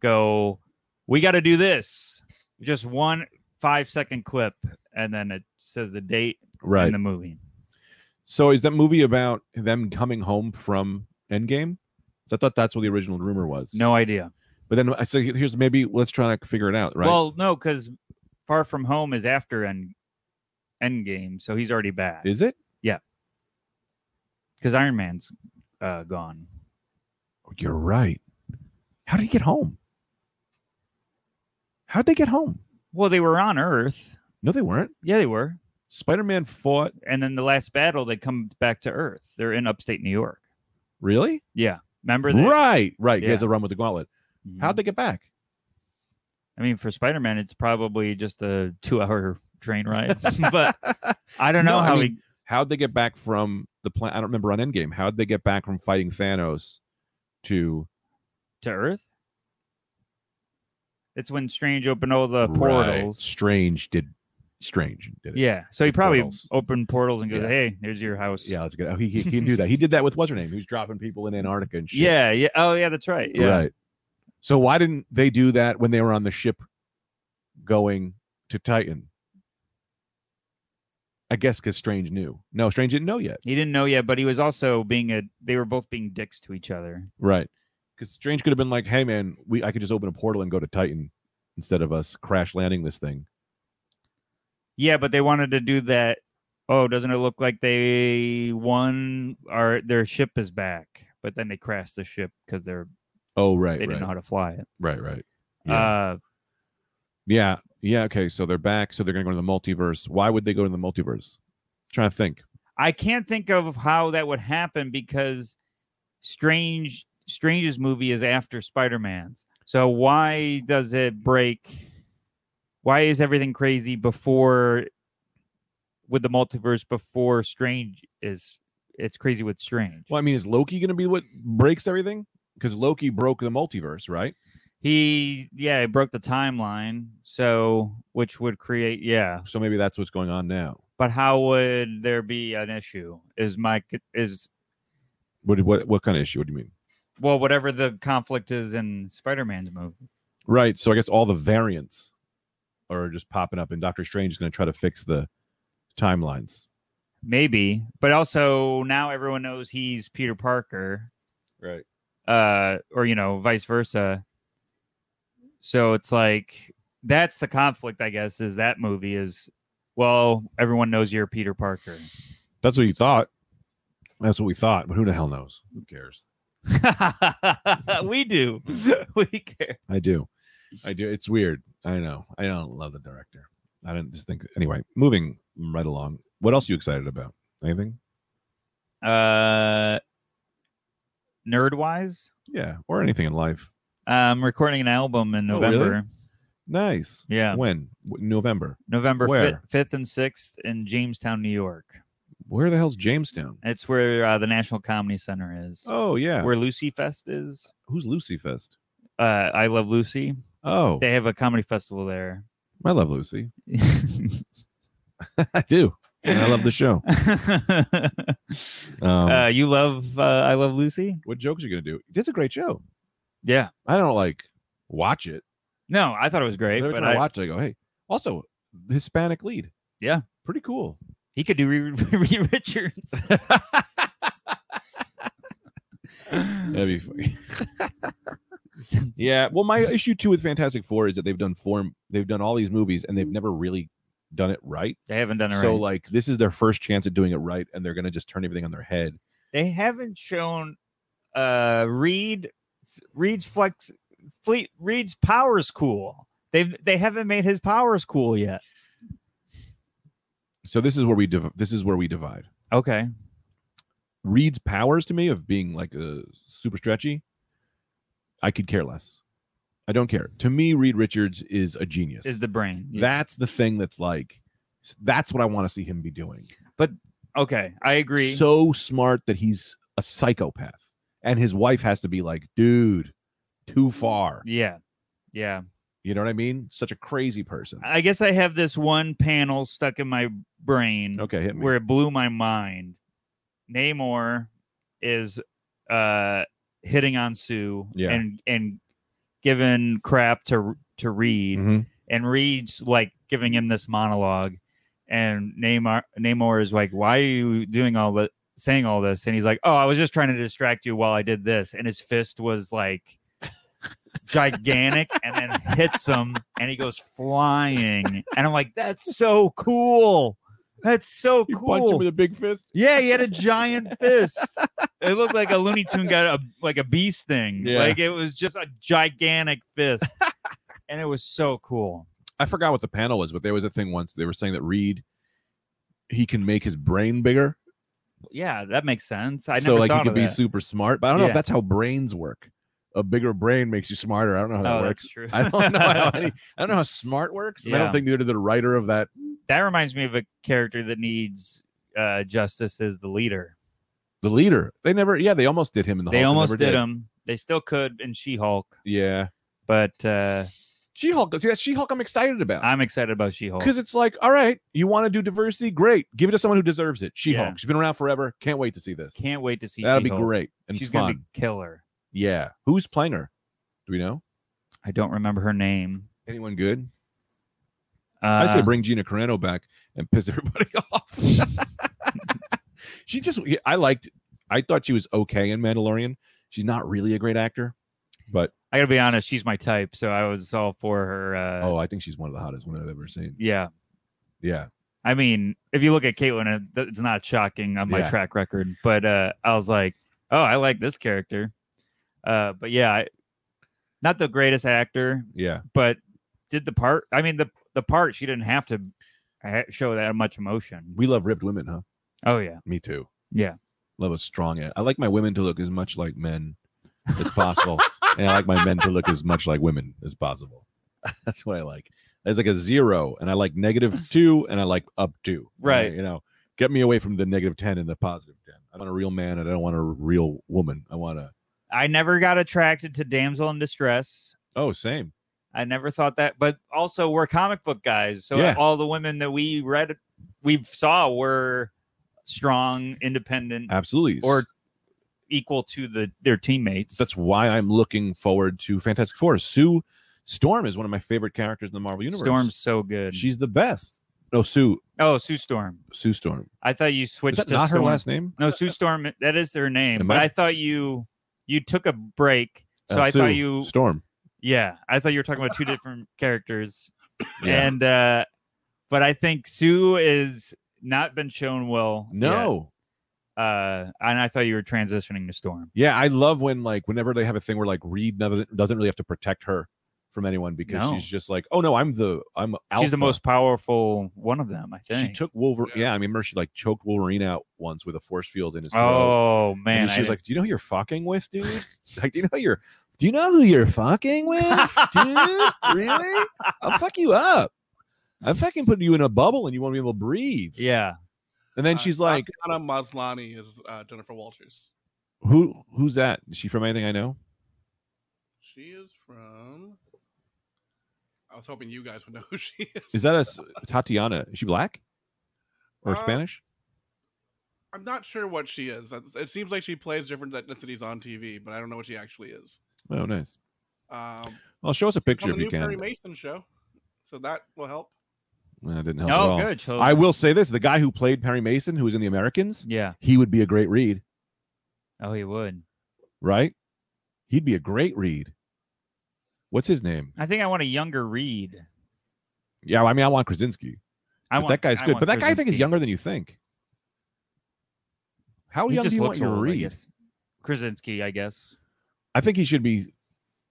Speaker 3: Go, we gotta do this. Just one five second clip, and then it says the date in
Speaker 2: Right.
Speaker 3: the movie.
Speaker 2: So is that movie about them coming home from Endgame? 'Cause I thought that's what the original rumor was.
Speaker 3: No idea.
Speaker 2: But then I said, here's maybe let's try to figure it out, right?
Speaker 3: Well, no, because Far From Home is after end Endgame, so he's already back.
Speaker 2: is it?
Speaker 3: because Iron Man's uh, gone.
Speaker 2: Oh, You're right. How did he get home? How'd they get home?
Speaker 3: Well, they were on Earth.
Speaker 2: No, they weren't.
Speaker 3: Yeah, they were.
Speaker 2: Spider Man fought.
Speaker 3: And then the last battle, they come back to Earth. They're in upstate New York.
Speaker 2: Really?
Speaker 3: Yeah, remember that?
Speaker 2: Right, right. He has
Speaker 3: Yeah.
Speaker 2: a run with the gauntlet.
Speaker 3: Mhm.
Speaker 2: How'd they get back? <laughs>
Speaker 3: I mean, for Spider Man, it's probably just a two-hour train
Speaker 2: <laughs>
Speaker 3: ride. but I don't know
Speaker 2: No, I
Speaker 3: how
Speaker 2: mean,
Speaker 3: he.
Speaker 2: how'd they get back from the plan? I don't remember on Endgame. How'd they get back from fighting Thanos to
Speaker 3: to Earth. It's when Strange opened all the
Speaker 2: Right.
Speaker 3: portals.
Speaker 2: Strange did Strange did it.
Speaker 3: Yeah, so he
Speaker 2: The
Speaker 3: probably
Speaker 2: portals.
Speaker 3: opened portals and goes,
Speaker 2: Yeah.
Speaker 3: "Hey, there's your house."
Speaker 2: yeah, let's get. Oh, he, he he can do that. He did that with what's her name? Who's dropping people in Antarctica and shit.
Speaker 3: yeah, yeah. Oh, yeah, that's right. Yeah,
Speaker 2: right. So why didn't they do that when they were on the ship going to Titan? I guess because Strange knew. No, Strange didn't know yet.
Speaker 3: He didn't know yet, but he was also being a. They were both being dicks to each other.
Speaker 2: Right. Because Strange could have been like, "Hey, man, we I could just open a portal and go to Titan instead of us crash landing this thing."
Speaker 3: Yeah, but they wanted to do that. Oh, doesn't it look like they won? Our their ship is back, but then they crashed the ship because they're
Speaker 2: Oh,
Speaker 3: they Uh,
Speaker 2: right,
Speaker 3: didn't
Speaker 2: right,
Speaker 3: know how to fly it.
Speaker 2: right, right. Yeah.
Speaker 3: Yeah.
Speaker 2: yeah, yeah. Okay, so they're back. So they're gonna go to the multiverse. Why would they go to the multiverse? trying to think.
Speaker 3: I can't think of how that would happen because Strange Strange's movie is after Spider Man's. So why does it break? Why is everything crazy before with the multiverse before Strange is it's crazy with Strange.
Speaker 2: Well, I mean, is Loki gonna be what breaks everything? Because Loki broke the multiverse, right?
Speaker 3: He yeah, it broke the timeline. So which would create yeah.
Speaker 2: So maybe that's what's going on now.
Speaker 3: But how would there be an issue? Is my is
Speaker 2: What what what kind of issue? What do you mean?
Speaker 3: well whatever the conflict is in Spider Man's movie.
Speaker 2: Right. So I guess all the variants are just popping up, and Doctor Strange is going to try to fix the timelines.
Speaker 3: maybe but also now everyone knows he's peter parker
Speaker 2: Right.
Speaker 3: uh or you know vice versa so it's like that's the conflict i guess is that movie is well everyone knows you're peter parker
Speaker 2: That's what you thought. That's what we thought, but who the hell knows? Who cares?
Speaker 3: <laughs> we do <laughs> we care
Speaker 2: I do. I do. It's weird. I know. I don't love the director. I didn't just think. Anyway, moving right along. What else are you excited about? Anything?
Speaker 3: uh nerd wise
Speaker 2: Yeah, or anything in life.
Speaker 3: i'm recording an album in
Speaker 2: Oh, really?
Speaker 3: november
Speaker 2: Nice.
Speaker 3: yeah
Speaker 2: When? W- November.
Speaker 3: november
Speaker 2: Where?
Speaker 3: 5th and 6th in jamestown new york
Speaker 2: Where the hell's Jamestown?
Speaker 3: It's where uh, the National Comedy Center is.
Speaker 2: Oh yeah.
Speaker 3: Where Lucy Fest is.
Speaker 2: Who's Lucy Fest?
Speaker 3: Uh, I Love Lucy.
Speaker 2: Oh,
Speaker 3: They have a comedy festival there.
Speaker 2: I love Lucy. <laughs> I do. And I love
Speaker 3: <laughs>
Speaker 2: the show. Um,
Speaker 3: uh, you love uh, I Love Lucy?
Speaker 2: what jokes are you gonna do? It's a great show.
Speaker 3: Yeah.
Speaker 2: I don't like watch it.
Speaker 3: No, I thought it was great,
Speaker 2: Every
Speaker 3: but
Speaker 2: time I,
Speaker 3: I,
Speaker 2: watch it, I go, hey. Also, the Hispanic lead.
Speaker 3: Yeah.
Speaker 2: pretty cool.
Speaker 3: he could do Re- <laughs> Re-
Speaker 2: <laughs>
Speaker 3: Richards.
Speaker 2: That'd be funny. <laughs> yeah. Well, my issue too with Fantastic Four is that they've done form, they've done all these movies, and they've never really done it right.
Speaker 3: they haven't done it
Speaker 2: So
Speaker 3: right.
Speaker 2: like, this is their first chance at doing it right, and they're gonna just turn everything on their head.
Speaker 3: they haven't shown uh Reed Reed's flex fleet Reed's powers cool. They've they haven't made his powers cool yet.
Speaker 2: So this is where we div- this is where we divide.
Speaker 3: Okay.
Speaker 2: Reed's powers to me of being like a super stretchy, I could care less. I don't care. To me, Reed Richards is a genius.
Speaker 3: Is the brain. Yeah.
Speaker 2: that's the thing that's like, that's what I want to see him be doing.
Speaker 3: okay, I agree.
Speaker 2: So smart that he's a psychopath, and his wife has to be like, dude, too far.
Speaker 3: Mm-hmm. yeah. Yeah.
Speaker 2: You know what I mean? Such a crazy person.
Speaker 3: I guess I have this one panel stuck in my brain
Speaker 2: Okay, hit me.
Speaker 3: where it blew my mind. Namor is uh hitting on Sue
Speaker 2: Yeah.
Speaker 3: and and giving crap to to Reed
Speaker 2: Mhm.
Speaker 3: and Reed's like giving him this monologue and Namor Namor is like why are you doing all that saying all this and he's like oh I was just trying to distract you while I did this and his fist
Speaker 2: <laughs>
Speaker 3: was like gigantic and then hits him and he goes flying and I'm like that's so cool that's so
Speaker 2: You
Speaker 3: cool
Speaker 2: punch him with a big fist.
Speaker 3: yeah, he had
Speaker 2: <laughs>
Speaker 3: a giant fist. It looked like a Looney Tune got a like a bee sting.
Speaker 2: Yeah.
Speaker 3: Like it was just a gigantic fist. and it was so cool.
Speaker 2: I forgot what the panel was, but there was a thing once they were saying that Reed, he can make his brain bigger.
Speaker 3: Yeah, that makes sense. I
Speaker 2: so
Speaker 3: never
Speaker 2: like you
Speaker 3: thought
Speaker 2: could
Speaker 3: of
Speaker 2: be
Speaker 3: that.
Speaker 2: super smart, but I don't know if
Speaker 3: Yeah.
Speaker 2: that's how brains work. A bigger brain makes you smarter. I don't know how that
Speaker 3: oh,
Speaker 2: works.
Speaker 3: That's true.
Speaker 2: I don't <laughs> know. How any, I don't know how smart works. And I don't
Speaker 3: Yeah.
Speaker 2: think neither did the writer of that.
Speaker 3: that reminds me of a character that needs uh, justice as the leader.
Speaker 2: The leader. They never. Yeah, they almost did him in the.
Speaker 3: they
Speaker 2: Hulk,
Speaker 3: almost
Speaker 2: never
Speaker 3: did, him. They still could in She-Hulk,
Speaker 2: Yeah.
Speaker 3: but uh,
Speaker 2: She Hulk. See, that's She Hulk. I'm excited about
Speaker 3: I'm excited about She-Hulk.
Speaker 2: because it's like, all right, you want to do diversity? Great. Give it to someone who deserves it. She Hulk.
Speaker 3: Yeah.
Speaker 2: She's been around forever. Can't wait to see this.
Speaker 3: Can't wait to see.
Speaker 2: That'll
Speaker 3: She-Hulk.
Speaker 2: be great and
Speaker 3: She's
Speaker 2: fun.
Speaker 3: gonna be killer.
Speaker 2: Yeah. Who's playing her? Do we know?
Speaker 3: I don't remember her name.
Speaker 2: Anyone good?
Speaker 3: Uh,
Speaker 2: I say bring Gina Carano back and piss <laughs> everybody off. she just, I liked, I thought she was okay in Mandalorian. She's not really a great actor, but
Speaker 3: I gotta be honest, she's my type, so I was all for her. Uh,
Speaker 2: oh, I think she's one of the hottest women I've ever seen.
Speaker 3: yeah.
Speaker 2: Yeah.
Speaker 3: I mean, if you look at Caitlyn, it- th- it's not shocking on my
Speaker 2: Yeah.
Speaker 3: track record, but uh, I was like, oh, I like this character. Uh, but yeah, I, not the greatest actor,
Speaker 2: Yeah.
Speaker 3: but did the part. I mean, the the part she didn't have to ha- show that much emotion.
Speaker 2: We love ripped women, huh?
Speaker 3: Oh yeah,
Speaker 2: Me too.
Speaker 3: yeah.
Speaker 2: Love a strong. I like my women to look as much like men as
Speaker 3: <laughs>
Speaker 2: possible, and I like my men to look as much like women as possible. That's what I like. There's like a zero, and I like
Speaker 3: <laughs>
Speaker 2: negative two, and I like up two. And I-
Speaker 3: Right.
Speaker 2: you know, get me away from the negative ten and the positive ten. I want a real man, and I don't want a real woman. I want a
Speaker 3: I never got attracted to damsel in distress.
Speaker 2: oh, same.
Speaker 3: I never thought that, but also we're comic book guys, so
Speaker 2: Yeah.
Speaker 3: all the women that we read, we saw were strong, independent,
Speaker 2: Absolutely.
Speaker 3: or equal to the their teammates.
Speaker 2: that's why I'm looking forward to Fantastic Four. Sue Storm is one of my favorite characters in the Marvel universe.
Speaker 3: Storm's so good.
Speaker 2: She's the best. No, Sue.
Speaker 3: oh Sue Storm.
Speaker 2: Sue Storm.
Speaker 3: I thought you
Speaker 2: Is
Speaker 3: switched
Speaker 2: that
Speaker 3: to
Speaker 2: not her
Speaker 3: Storm.
Speaker 2: last name?
Speaker 3: No, Sue Storm. That is her name.
Speaker 2: Am
Speaker 3: but
Speaker 2: I-
Speaker 3: I? thought you you took a break, so
Speaker 2: Uh,
Speaker 3: I
Speaker 2: Sue
Speaker 3: thought you.
Speaker 2: Storm.
Speaker 3: Yeah, I thought you were talking about two different characters,
Speaker 2: <laughs> Yeah.
Speaker 3: and uh but I think Sue is not been shown well. yet.
Speaker 2: No.
Speaker 3: uh, and I thought you were transitioning to Storm.
Speaker 2: Yeah, I love when like whenever they have a thing where like Reed never doesn't really have to protect her from anyone because
Speaker 3: No.
Speaker 2: she's just like, oh no, I'm the I'm alpha.
Speaker 3: She's the most powerful one of them, I think.
Speaker 2: She took Wolverine. Yeah.
Speaker 4: Yeah.
Speaker 2: I mean, remember she like choked Wolverine out once with a force field in his throat.
Speaker 3: Oh
Speaker 2: And
Speaker 3: man,
Speaker 2: then she
Speaker 3: I
Speaker 2: was
Speaker 3: didn't-
Speaker 2: like, "Do you know who you're fucking with, dude?
Speaker 3: <laughs>
Speaker 2: like, do you know who you're? Do you know who you're fucking
Speaker 3: <laughs>
Speaker 2: with, dude? really? I'll fuck you up. I'm fucking putting you in a bubble, and you won't be able to breathe.
Speaker 3: yeah, Uh,
Speaker 2: And then she's like,
Speaker 4: Anna Maslani Uh, is uh, Jennifer Walters.
Speaker 2: "Who? Who's that? Is she from anything I know?
Speaker 4: She is from. I was hoping you guys would know <laughs> who she is.
Speaker 2: Is that a s- Tatiana? Is she black or
Speaker 4: Uh,
Speaker 2: Spanish?
Speaker 4: I'm not sure what she is. That's- It seems like she plays different ethnicities on TV, but I don't know what she actually is.
Speaker 2: Oh, nice.
Speaker 4: Um,
Speaker 2: Well, show us a
Speaker 4: it's on
Speaker 2: picture
Speaker 4: the
Speaker 2: if you
Speaker 4: new
Speaker 2: can.
Speaker 4: Perry Mason show, so that will help.
Speaker 2: Well, that didn't help. at
Speaker 3: oh
Speaker 2: all.
Speaker 3: good. So,
Speaker 2: I will say this: the guy who played Perry Mason, who was in The Americans,
Speaker 3: Yeah.
Speaker 2: he would be a great read,
Speaker 3: Oh, he would.
Speaker 2: right? He'd be a great read. What's his name?
Speaker 3: I think I want a younger Reed.
Speaker 2: Yeah, I mean, I want Krasinski.
Speaker 3: I
Speaker 2: But
Speaker 3: want
Speaker 2: that guy's
Speaker 3: I
Speaker 2: good.
Speaker 3: want
Speaker 2: But that guy I think is
Speaker 3: Krasinski.
Speaker 2: younger than you think. How
Speaker 3: He
Speaker 2: young do
Speaker 3: just
Speaker 2: you want
Speaker 3: looks
Speaker 2: your
Speaker 3: old, I
Speaker 2: Reed?
Speaker 3: guess. Krasinski, I guess.
Speaker 2: I, think he should be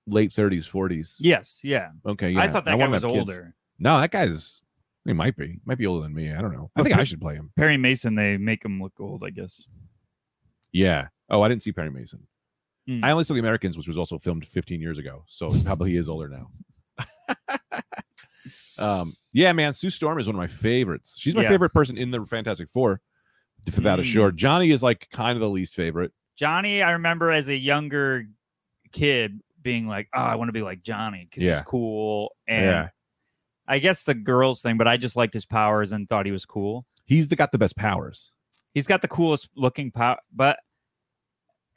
Speaker 2: late thirties, forties.
Speaker 3: Yes. Yeah.
Speaker 2: Okay, yeah.
Speaker 3: I thought that guy
Speaker 2: want him
Speaker 3: was
Speaker 2: to have kids.
Speaker 3: older.
Speaker 2: No, that guy's he might be. Might be older than me. I don't know. I
Speaker 3: But
Speaker 2: think I
Speaker 3: Pe-
Speaker 2: should play him.
Speaker 3: Perry Mason, they make him look old, I guess.
Speaker 2: Yeah. Oh, I didn't see Perry Mason.
Speaker 3: Hmm.
Speaker 2: I only saw The Americans, which was also filmed 15 years ago, so probably he is older
Speaker 3: <laughs>
Speaker 2: now. um, yeah, man, Sue Storm is one of my favorites. She's my
Speaker 3: Yeah.
Speaker 2: favorite person in the Fantastic Four, without a
Speaker 3: Hmm.
Speaker 2: sure. Johnny is like kind of the least favorite.
Speaker 3: Johnny, I remember as a younger kid being like, "Oh, I want to be like Johnny because
Speaker 2: Yeah.
Speaker 3: he's cool." And I guess the girls thing, but I just liked his powers and thought he was cool.
Speaker 2: He's the, got the best powers.
Speaker 3: He's got the coolest looking power, but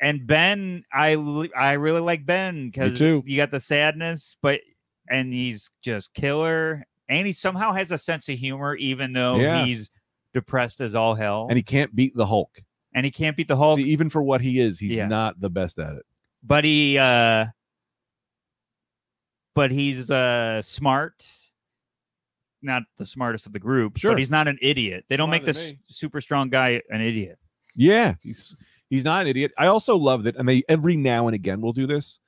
Speaker 3: and Ben, I li- I really like Ben because
Speaker 2: too.
Speaker 3: you got the sadness, but and he's just killer, and he somehow has a sense of humor even though
Speaker 2: Yeah.
Speaker 3: he's depressed as all hell,
Speaker 2: and he can't beat the Hulk.
Speaker 3: and he can't beat the Hulk.
Speaker 2: See, even for what he is, he's
Speaker 3: Yeah.
Speaker 2: not the best at it.
Speaker 3: but he uh but he's uh smart not the smartest of the group
Speaker 2: Sure.
Speaker 3: but he's not an idiot they don't
Speaker 2: Smarter
Speaker 3: make
Speaker 2: than
Speaker 3: this
Speaker 2: me.
Speaker 3: super strong guy an idiot
Speaker 2: Yeah, he's he's not an idiot. I also love that, and they every now and again will do this.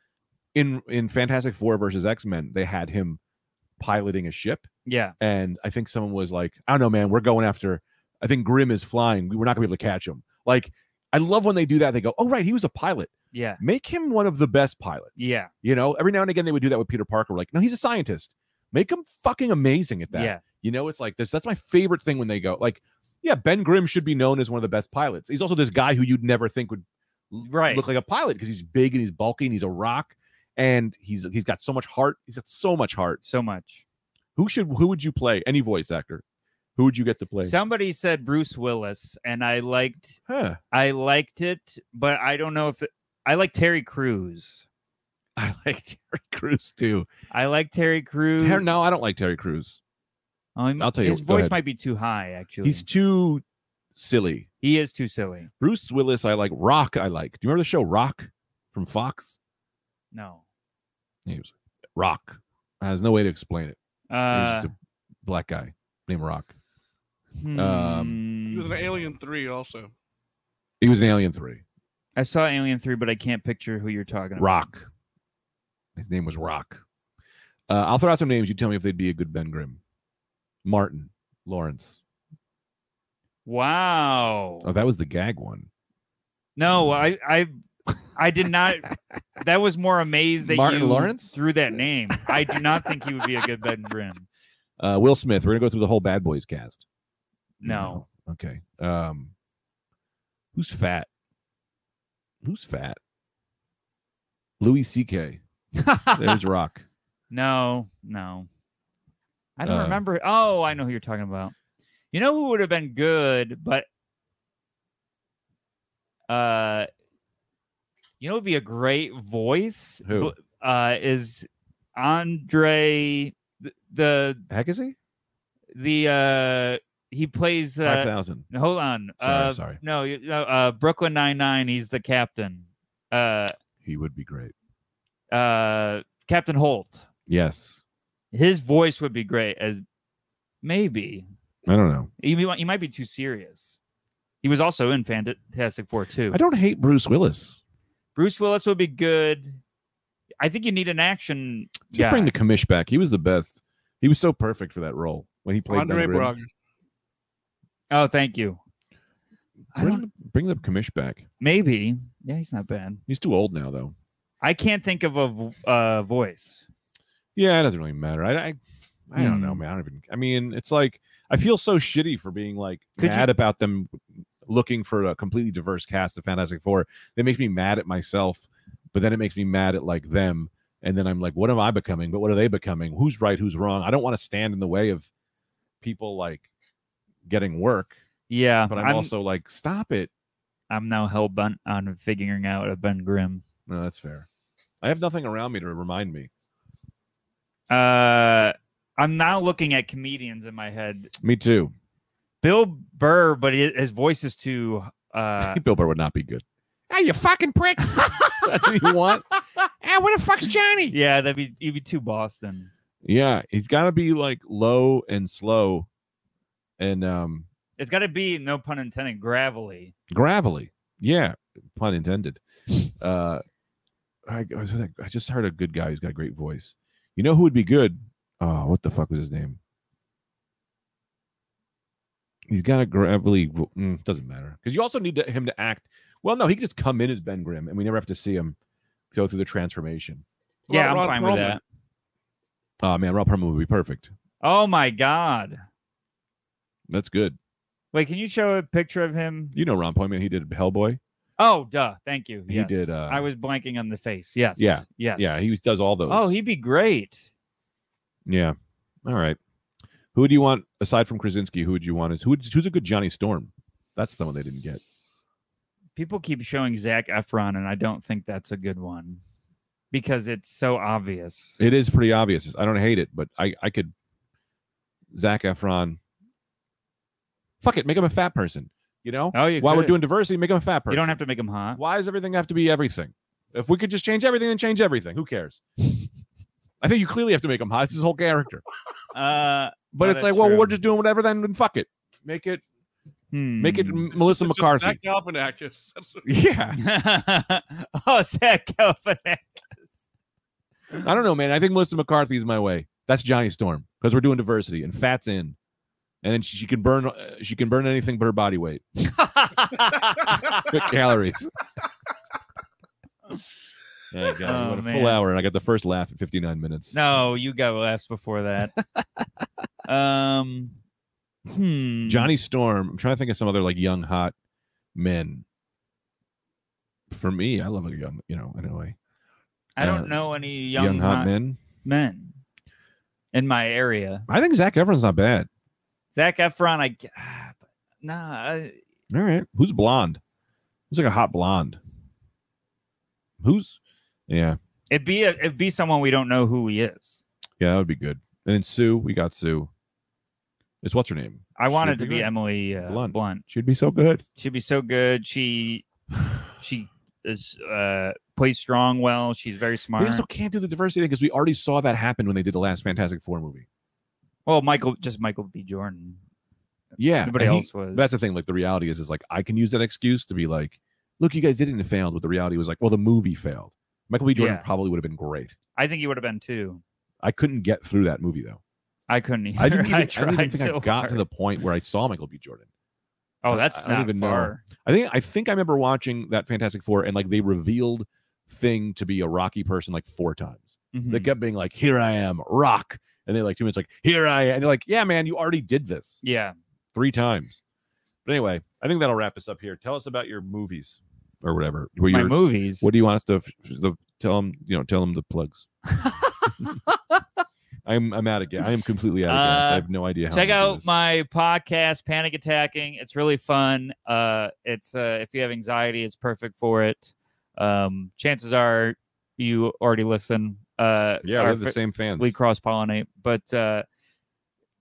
Speaker 2: In in Fantastic Four versus X Men, they had him piloting a ship,
Speaker 3: yeah
Speaker 2: and I think someone was like, "I don't know, man, we're going after." I think Grimm is flying. We- We're not gonna be able to catch him. Like, I love when they do that. They go, "Oh right, he was a pilot.
Speaker 3: yeah
Speaker 2: Make him one of the best pilots."
Speaker 3: yeah
Speaker 2: You know, every now and again they would do that with Peter Parker. Like, no, he's a scientist. Make him fucking amazing at that.
Speaker 3: yeah
Speaker 2: You know, it's like this. That's my favorite thing when they go like, yeah, Ben Grimm should be known as one of the best pilots. He's also this guy who you'd never think would l-
Speaker 3: Right.
Speaker 2: look like a pilot because he's big and he's bulky and he's a rock and he's he's got so much heart. He's got so much heart.
Speaker 3: so much
Speaker 2: Who should who would you play? Any voice actor? Who would you get to play?
Speaker 3: somebody said bruce willis and i liked
Speaker 2: huh.
Speaker 3: i liked it but i don't know if it, i like terry crews
Speaker 2: <laughs> I like Terry Crews too.
Speaker 3: I like Terry Crews.
Speaker 2: Ter- no, I don't like Terry Crews.
Speaker 3: Um,
Speaker 2: I'll tell you
Speaker 3: His
Speaker 2: what, go
Speaker 3: voice
Speaker 2: ahead.
Speaker 3: might be too high. Actually,
Speaker 2: He's too silly.
Speaker 3: he is too silly.
Speaker 2: Bruce Willis, I like. Rock, I like. Do you remember the show Rock from Fox?
Speaker 3: No.
Speaker 2: He was Rock. There's no way to explain it. He was
Speaker 3: Uh,
Speaker 2: just a black guy named Rock.
Speaker 4: He was
Speaker 2: um,
Speaker 3: hmm.
Speaker 2: Mm.
Speaker 4: an Alien Three also.
Speaker 2: He was an Alien Three.
Speaker 3: I saw Alien Three, but I can't picture who you're talking about.
Speaker 2: Rock. His name was Rock. Uh, I'll throw out some names. You tell me if they'd be a good Ben Grimm. Martin Lawrence.
Speaker 3: Wow.
Speaker 2: Oh, that was the gag one.
Speaker 3: No, I I I did
Speaker 2: <laughs>
Speaker 3: not. that was more amazed that
Speaker 2: Martin
Speaker 3: you
Speaker 2: Lawrence?
Speaker 3: threw that name. I do not think he would be a good Ben Grimm.
Speaker 2: Uh, Will Smith. We're gonna go through the whole Bad Boys cast.
Speaker 3: No.
Speaker 2: No. Okay. Um, who's fat? Who's fat? Louis C.K.
Speaker 3: <laughs>
Speaker 2: There's Rock.
Speaker 3: no, no. I don't
Speaker 2: Uh,
Speaker 3: remember. Oh, I know who you're talking about. You know who would have been good, but uh, you know, would be a great voice.
Speaker 2: Who?
Speaker 3: Bu- Uh, is Andre th- the
Speaker 2: Heck is he?
Speaker 3: the uh he plays
Speaker 2: Five
Speaker 3: uh
Speaker 2: thousand.
Speaker 3: hold on
Speaker 2: Sorry,
Speaker 3: uh
Speaker 2: sorry.
Speaker 3: no you- no, uh brooklyn 99 he's the captain uh
Speaker 2: He would be great.
Speaker 3: uh captain holt
Speaker 2: Yes.
Speaker 3: his voice would be great as maybe
Speaker 2: I don't know.
Speaker 3: he, mi- he might be too serious he was also in fantastic four too
Speaker 2: I don't hate Bruce Willis.
Speaker 3: bruce willis would be good i think you need an action
Speaker 2: Just
Speaker 3: guy.
Speaker 2: bring the commish back. He was the best. He was so perfect for that role when he played Ben
Speaker 4: Andre
Speaker 2: Grimm.
Speaker 4: Braga.
Speaker 3: oh thank you I
Speaker 2: Bring,
Speaker 3: don't,
Speaker 2: bring the commish back.
Speaker 3: maybe yeah he's not bad
Speaker 2: He's too old now, though.
Speaker 3: i can't think of a v- uh, voice
Speaker 2: Yeah, it doesn't really matter. I, I, I don't know,
Speaker 3: Hmm.
Speaker 2: man. I don't even. I mean, it's like I feel so shitty for being like
Speaker 3: Could you-
Speaker 2: mad about them looking for a completely diverse cast of Fantastic Four. That makes me mad at myself, but then it makes me mad at like them, and then I'm like, what am I becoming? But what are they becoming? Who's right? Who's wrong? I don't want to stand in the way of people like getting work,
Speaker 3: yeah
Speaker 2: but I'm, also like, stop it.
Speaker 3: I'm now hell bent on figuring out a Ben Grimm.
Speaker 2: No, that's fair. I have nothing around me to remind me.
Speaker 3: Uh, I'm now looking at comedians in my head.
Speaker 2: Me too.
Speaker 3: Bill Burr, but hi- his voice is too. Uh,
Speaker 2: Bill Burr would not be good. Hey, you fucking pricks. <laughs> That's what you want. <laughs> hey, where the fuck's Johnny?
Speaker 3: <laughs> yeah, that'd be he'd be too Boston.
Speaker 2: Yeah, he's got to be like low and slow and um
Speaker 3: It's got to be no pun intended gravelly.
Speaker 2: gravelly. Yeah, pun intended. Uh I, I was like- I just heard a good guy who's got a great voice. You know who would be good? Oh, what the fuck was his name? He's got a gravelly. vo- Mm, doesn't matter because you also need to, him to act. Well, no, he can just come in as Ben Grimm, and we never have to see him go through the transformation.
Speaker 4: What
Speaker 3: yeah, I'm
Speaker 4: about
Speaker 3: fine
Speaker 4: Ron
Speaker 3: with
Speaker 4: Perlman?
Speaker 3: that.
Speaker 2: Oh man, Rob Perlman would be perfect.
Speaker 3: Oh my God!
Speaker 2: That's good.
Speaker 3: Wait, can you show a picture of him?
Speaker 2: You know Ron Perlman. He did Hellboy.
Speaker 3: Oh, duh! Thank you.
Speaker 2: He
Speaker 3: Yes.
Speaker 2: did, uh,
Speaker 3: I was blanking on the face. Yes.
Speaker 2: Yeah,
Speaker 3: Yes.
Speaker 2: Yeah, he does all those.
Speaker 3: Oh, he'd be great.
Speaker 2: Yeah. All right. Who do you want aside from Krasinski? Who would you want? Is who, who's a good Johnny Storm? That's the one they didn't get.
Speaker 3: people keep showing Zach Efron, and I don't think that's a good one because it's so obvious.
Speaker 2: It is pretty obvious. I don't hate it, but I I could. Zach Efron. Fuck it, make him a fat person. You know,
Speaker 3: oh, you
Speaker 2: while we're
Speaker 3: could.
Speaker 2: doing diversity, make him a fat person.
Speaker 3: you don't have to make him hot.
Speaker 2: Why does everything have to be everything? If we could just change everything, then change everything. Who cares? I think you clearly have to make him hot. It's his whole character.
Speaker 3: Uh,
Speaker 2: But
Speaker 3: No,
Speaker 2: it's like,
Speaker 3: that's
Speaker 2: well,
Speaker 3: true.
Speaker 2: we're just doing whatever. Then then fuck it. Make it make it
Speaker 3: hmm.
Speaker 2: M- Melissa
Speaker 4: It's just
Speaker 2: McCarthy.
Speaker 4: Zach
Speaker 2: <laughs>
Speaker 4: Galifianakis. <laughs> That's what-
Speaker 2: Yeah.
Speaker 3: <laughs> oh, Zach Galifianakis.
Speaker 2: I don't know, man. I think Melissa McCarthy is my way. That's Johnny Storm because we're doing diversity and fat's in, and then she, she can burn uh, she can burn anything but her body weight,
Speaker 3: <laughs>
Speaker 2: Good calories. Yeah, God,
Speaker 3: Oh,
Speaker 2: we went a
Speaker 3: man.
Speaker 2: full hour, and I got the first laugh at 59 minutes.
Speaker 3: no, you got laughs before that. um, hmm.
Speaker 2: Johnny Storm. I'm trying to think of some other like young hot men. For me, I love a young, you know, anyway,
Speaker 3: I don't
Speaker 2: uh,
Speaker 3: know any young,
Speaker 2: young, hot, men.
Speaker 3: men in my area.
Speaker 2: I think Zach Efron's not bad.
Speaker 3: Zach Efron, I g- <sighs> ah, but nah. I,
Speaker 2: All right. Who's blonde? Who's like a hot blonde? Who's yeah.
Speaker 3: It'd be a, it'd be someone we don't know who he is.
Speaker 2: Yeah, that would be good. And then Sue, we got Sue. It's what's her name?
Speaker 3: I wanted
Speaker 2: She'd
Speaker 3: to
Speaker 2: be
Speaker 3: be
Speaker 2: good.
Speaker 3: Emily uh,
Speaker 2: Blunt.
Speaker 3: Blunt.
Speaker 2: She'd be so good.
Speaker 3: She'd be so
Speaker 2: <sighs>
Speaker 3: good. She she is uh plays strong well. She's very
Speaker 2: We
Speaker 3: smart.
Speaker 2: also can't do the diversity thing because we already saw that happen when they did the last Fantastic Four movie.
Speaker 3: Well, Michael just Michael B. Jordan.
Speaker 2: Yeah,
Speaker 3: Nobody
Speaker 2: and he-
Speaker 3: else was.
Speaker 2: that's the thing. Like the reality is, is like I can use that excuse to be like, look, you guys didn't it failed, but the reality was like, well, the movie failed. Michael B. Jordan
Speaker 3: Yeah.
Speaker 2: probably would have been great.
Speaker 3: I think he would have been too.
Speaker 2: I couldn't get through that movie
Speaker 3: <laughs>
Speaker 2: though.
Speaker 3: I couldn't either. <laughs>
Speaker 2: I didn't even, I,
Speaker 3: tried
Speaker 2: didn't even think
Speaker 3: so
Speaker 2: I got to
Speaker 3: hard.
Speaker 2: the point where I saw Michael B. Jordan.
Speaker 3: Oh, that's
Speaker 2: I don't
Speaker 3: not
Speaker 2: even know.
Speaker 3: far.
Speaker 2: I think I think I remember watching that Fantastic Four and like they revealed Thing to be a Rocky person like four times.
Speaker 3: Mhm.
Speaker 2: They kept being like, "Here I am, Rock," and then like two minutes like, "Here I am," and they're like, "Yeah, man, you already did this."
Speaker 3: Yeah.
Speaker 2: three times. But anyway, I think that'll wrap us up here. Tell us about your movies or whatever. What,
Speaker 3: My
Speaker 2: your-
Speaker 3: movies.
Speaker 2: what do you want us to the, tell them? You know, tell them the
Speaker 3: <laughs>
Speaker 2: plugs. I'm I'm out of gas. I am completely out of gas. I
Speaker 3: Uh,
Speaker 2: have no idea how.
Speaker 3: check
Speaker 2: I'm gonna do
Speaker 3: out
Speaker 2: this.
Speaker 3: my podcast panic attacking it's really fun uh it's uh if you have anxiety it's perfect for it um chances are you already listen uh
Speaker 2: Yeah, we
Speaker 3: our
Speaker 2: have the
Speaker 3: fr-
Speaker 2: same fans.
Speaker 3: we cross pollinate but uh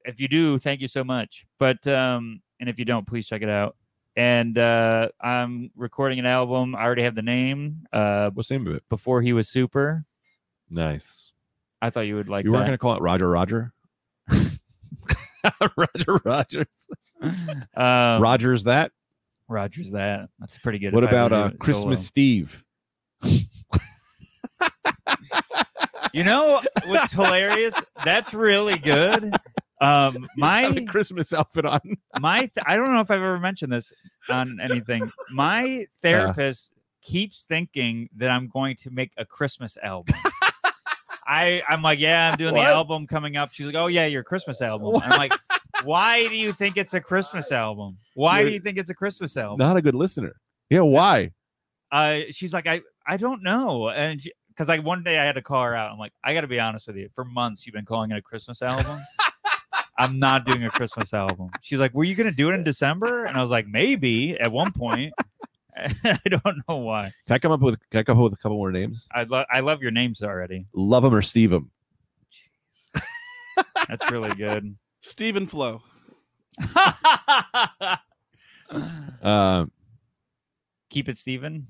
Speaker 3: if you do thank you so much but um and if you don't please check it out and uh i'm recording an album i already have the name uh
Speaker 2: What's the name of it?
Speaker 3: before he was super
Speaker 2: Nice.
Speaker 3: i thought you would like
Speaker 2: you weren't
Speaker 3: that.
Speaker 2: gonna call it Roger
Speaker 3: <laughs>
Speaker 2: Roger. <laughs> Roger Rogers.
Speaker 3: um,
Speaker 2: Rogers that.
Speaker 3: rogers that that's pretty good
Speaker 2: What
Speaker 3: if I were
Speaker 2: about
Speaker 3: to
Speaker 2: uh
Speaker 3: do it solo.
Speaker 2: Christmas Steve?
Speaker 3: You know what's hilarious? That's really good.
Speaker 2: <laughs>
Speaker 3: Um,
Speaker 2: Got the
Speaker 3: my
Speaker 2: Christmas outfit on.
Speaker 3: my th- I don't know if I've ever mentioned this on anything.
Speaker 2: <laughs>
Speaker 3: My therapist keeps thinking that I'm going to make a Christmas album. I I'm like, yeah, I'm doing
Speaker 2: What?
Speaker 3: the album coming up. She's like, oh yeah, your Christmas album. I'm like, why do you think it's a Christmas album? Why do
Speaker 2: You're-
Speaker 3: you think it's a Christmas
Speaker 2: <laughs>
Speaker 3: album?
Speaker 2: Not a good listener. Yeah, why?
Speaker 3: uh, she's like, I, I don't know. And because I one day I had to call her out. I'm like, I got to be honest with you. For months, you've been calling it a Christmas album. I'm not doing a Christmas album. She's like, Were you going to do it in December? And I was like, Maybe at one point. <laughs> I don't know why.
Speaker 2: Can I come up with can I come up with a couple more names?
Speaker 3: I love I love your names already.
Speaker 2: Love him or Steve him.
Speaker 3: Jeez. That's really good.
Speaker 4: Stephen
Speaker 2: <laughs>
Speaker 4: Flo.
Speaker 2: Um,
Speaker 3: Keep it, Steven.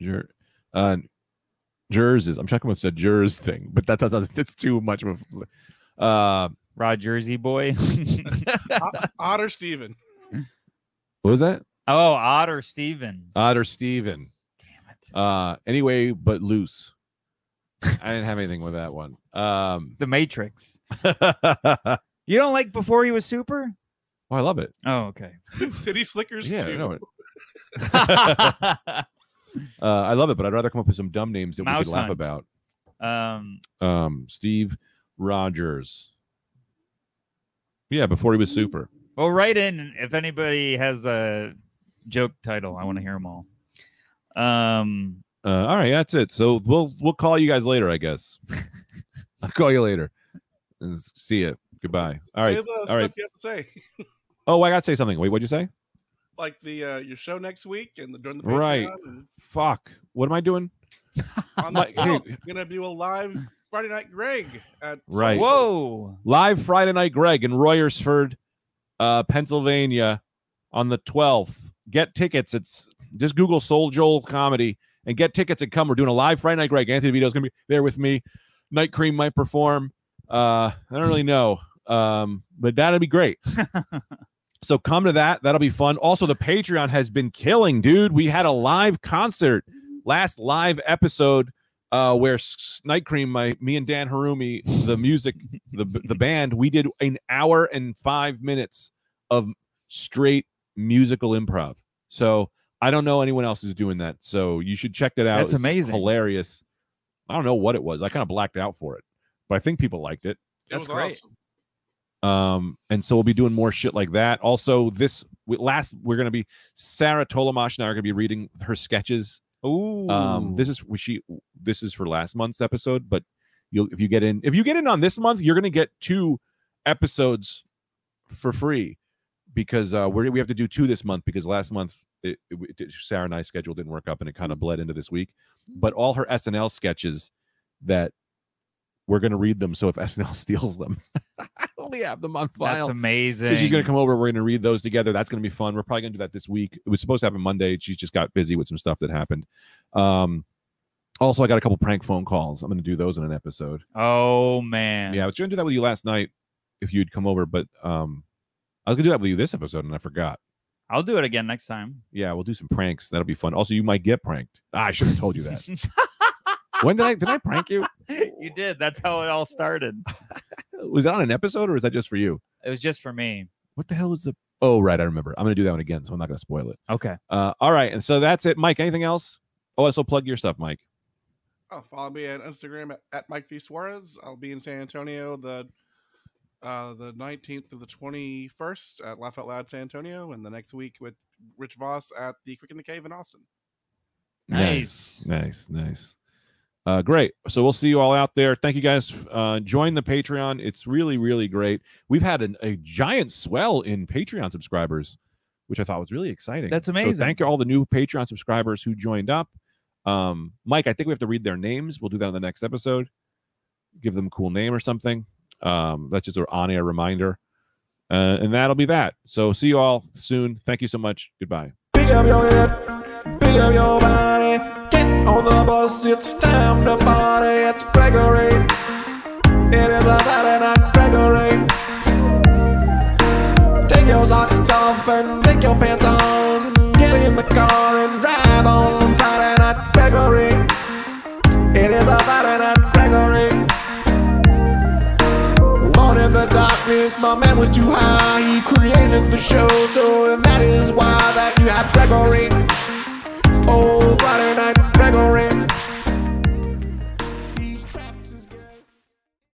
Speaker 2: Jer, uh, Jers is. I'm checking with the Jers thing, but that doesn't. <laughs> That's too much of. a Uh,
Speaker 3: Rod Jersey boy. <laughs>
Speaker 4: O- Otter Stephen.
Speaker 2: what was that?
Speaker 3: oh, Otter Steven.
Speaker 2: Otter Steven.
Speaker 3: Damn it.
Speaker 2: Uh, anyway, but loose. I didn't have anything with that one. Um,
Speaker 3: The Matrix.
Speaker 2: oh,
Speaker 3: You don't like before he was super?
Speaker 2: I love it.
Speaker 3: Oh, okay.
Speaker 4: City Slickers
Speaker 2: Yeah, I
Speaker 4: too.
Speaker 2: know it. Uh, I love it, but I'd rather come up with some dumb names that we
Speaker 3: Mouse
Speaker 2: could laugh
Speaker 3: Hunt.
Speaker 2: about.
Speaker 3: <laughs> um,
Speaker 2: Um, Steve Rogers. Yeah, before he was super.
Speaker 3: well, write in if anybody has a joke title. I want to hear them all. Um,
Speaker 2: Uh, all right, that's it. So we'll we'll call you guys later, I guess. <laughs> I'll call you later. And s- See you. Goodbye. All
Speaker 4: Say
Speaker 2: right.
Speaker 4: the
Speaker 2: All
Speaker 4: stuff
Speaker 2: right.
Speaker 4: you have to say. <laughs>
Speaker 2: Oh, I gotta say something. Wait, what'd you say?
Speaker 4: Like the uh, your show next week and the during the
Speaker 2: Right.
Speaker 4: Patreon and
Speaker 2: Fuck. What am I doing? <laughs>
Speaker 4: on
Speaker 2: My-
Speaker 4: the twelfth,
Speaker 2: hey.
Speaker 4: we're gonna do a live Friday night Greg at
Speaker 2: Right.
Speaker 3: whoa,
Speaker 2: Live Friday night, Greg in Royersford, uh, Pennsylvania, on the twelfth. Get tickets. It's just Google Soul Joel comedy and get tickets and come. We're doing a live Friday night, Greg. Anthony Vito's gonna be there with me. Night Cream might perform. Uh, I don't really know. Um, but that'd be great.
Speaker 3: <laughs>
Speaker 2: So come to that. That'll be fun. Also, the Patreon has been killing, dude. We had a live concert last live episode uh, where S- Night Cream, my me and Dan Harumi, the music, the the band, we did an hour and five minutes of straight musical improv. So I don't know anyone else who's doing that. So you should check that out.
Speaker 3: That's
Speaker 2: It's
Speaker 3: amazing.
Speaker 2: hilarious. I don't know what it was. I kind of blacked out for it, but I think people liked it.
Speaker 4: It
Speaker 3: That's
Speaker 4: was
Speaker 3: great.
Speaker 4: awesome.
Speaker 2: Um, and so we'll be doing more shit like that. Also, this we- last we're gonna be Sarah Tolomash and I are gonna be reading her sketches.
Speaker 3: ooh,
Speaker 2: Um, this is we- she this is for last month's episode, but you'll if you get in if you get in on this month, you're gonna get two episodes for free because uh we're, we have to do two this month because last month it, it, it- Sarah and I schedule didn't work up, and it kind
Speaker 3: Mm-hmm.
Speaker 2: of bled into this week. But all her SNL sketches that we're going to read them. So if SNL <laughs> steals them, we have them on file.
Speaker 3: That's amazing.
Speaker 2: So she's going to come over. We're going to read those together. That's going to be fun. We're probably going to do that this week. It was supposed to happen Monday. She's just got busy with some stuff that happened. Um, also, I got a couple prank phone calls. I'm going to do those in an episode.
Speaker 3: Oh man.
Speaker 2: Yeah, I was going to do that with you last night if you'd come over, but um, I was going to do that with you this episode and I forgot.
Speaker 3: I'll do it again next time.
Speaker 2: Yeah, we'll do some pranks. That'll be fun. Also, you might get pranked. Ah, I should have told you
Speaker 3: <laughs>
Speaker 2: that. when did I did I prank you?
Speaker 3: you did. That's how it all started.
Speaker 2: Was that on an episode or was that just for you?
Speaker 3: It was just for me.
Speaker 2: What the hell was the? Oh, right, I remember. I'm going to do that one again, so I'm not going to spoil it.
Speaker 3: Okay.
Speaker 2: Uh, all right, and so that's it, Mike. Anything else? Oh, also plug your stuff, Mike.
Speaker 4: Oh, follow me on Instagram at, at Mike V Suarez. I'll be in San Antonio the uh, the nineteenth to the twenty first at Laugh Out Loud San Antonio, and the next week with Rich Voss at the Quick in the Cave in Austin.
Speaker 3: Nice.
Speaker 2: nice, nice. nice. Uh, great. So we'll see you all out there. Thank you guys. Uh, join the Patreon. It's really, really great. We've had an, a giant swell in Patreon subscribers, which I thought was really exciting.
Speaker 3: That's
Speaker 2: So
Speaker 3: amazing.
Speaker 2: thank you all the new Patreon subscribers who joined up. Um, Mike, I think we have to read their names. We'll do that in the next episode. Give them a cool name or something. Um, that's just an on-air reminder. Uh, and that'll be that. So see you all soon. Thank you so much. Goodbye.
Speaker 1: Pick up your head, pick up your body. Get on the bus, it's time to party. It's Gregory. It is a Saturday night Gregory. Take your socks off and take your pants on. Get in the car and drive on Friday night Gregory. It is a Saturday night Gregory. Born in the darkness, my man was too high. He created the show, so that is why that you have Gregory. Oh, Friday night Gregory.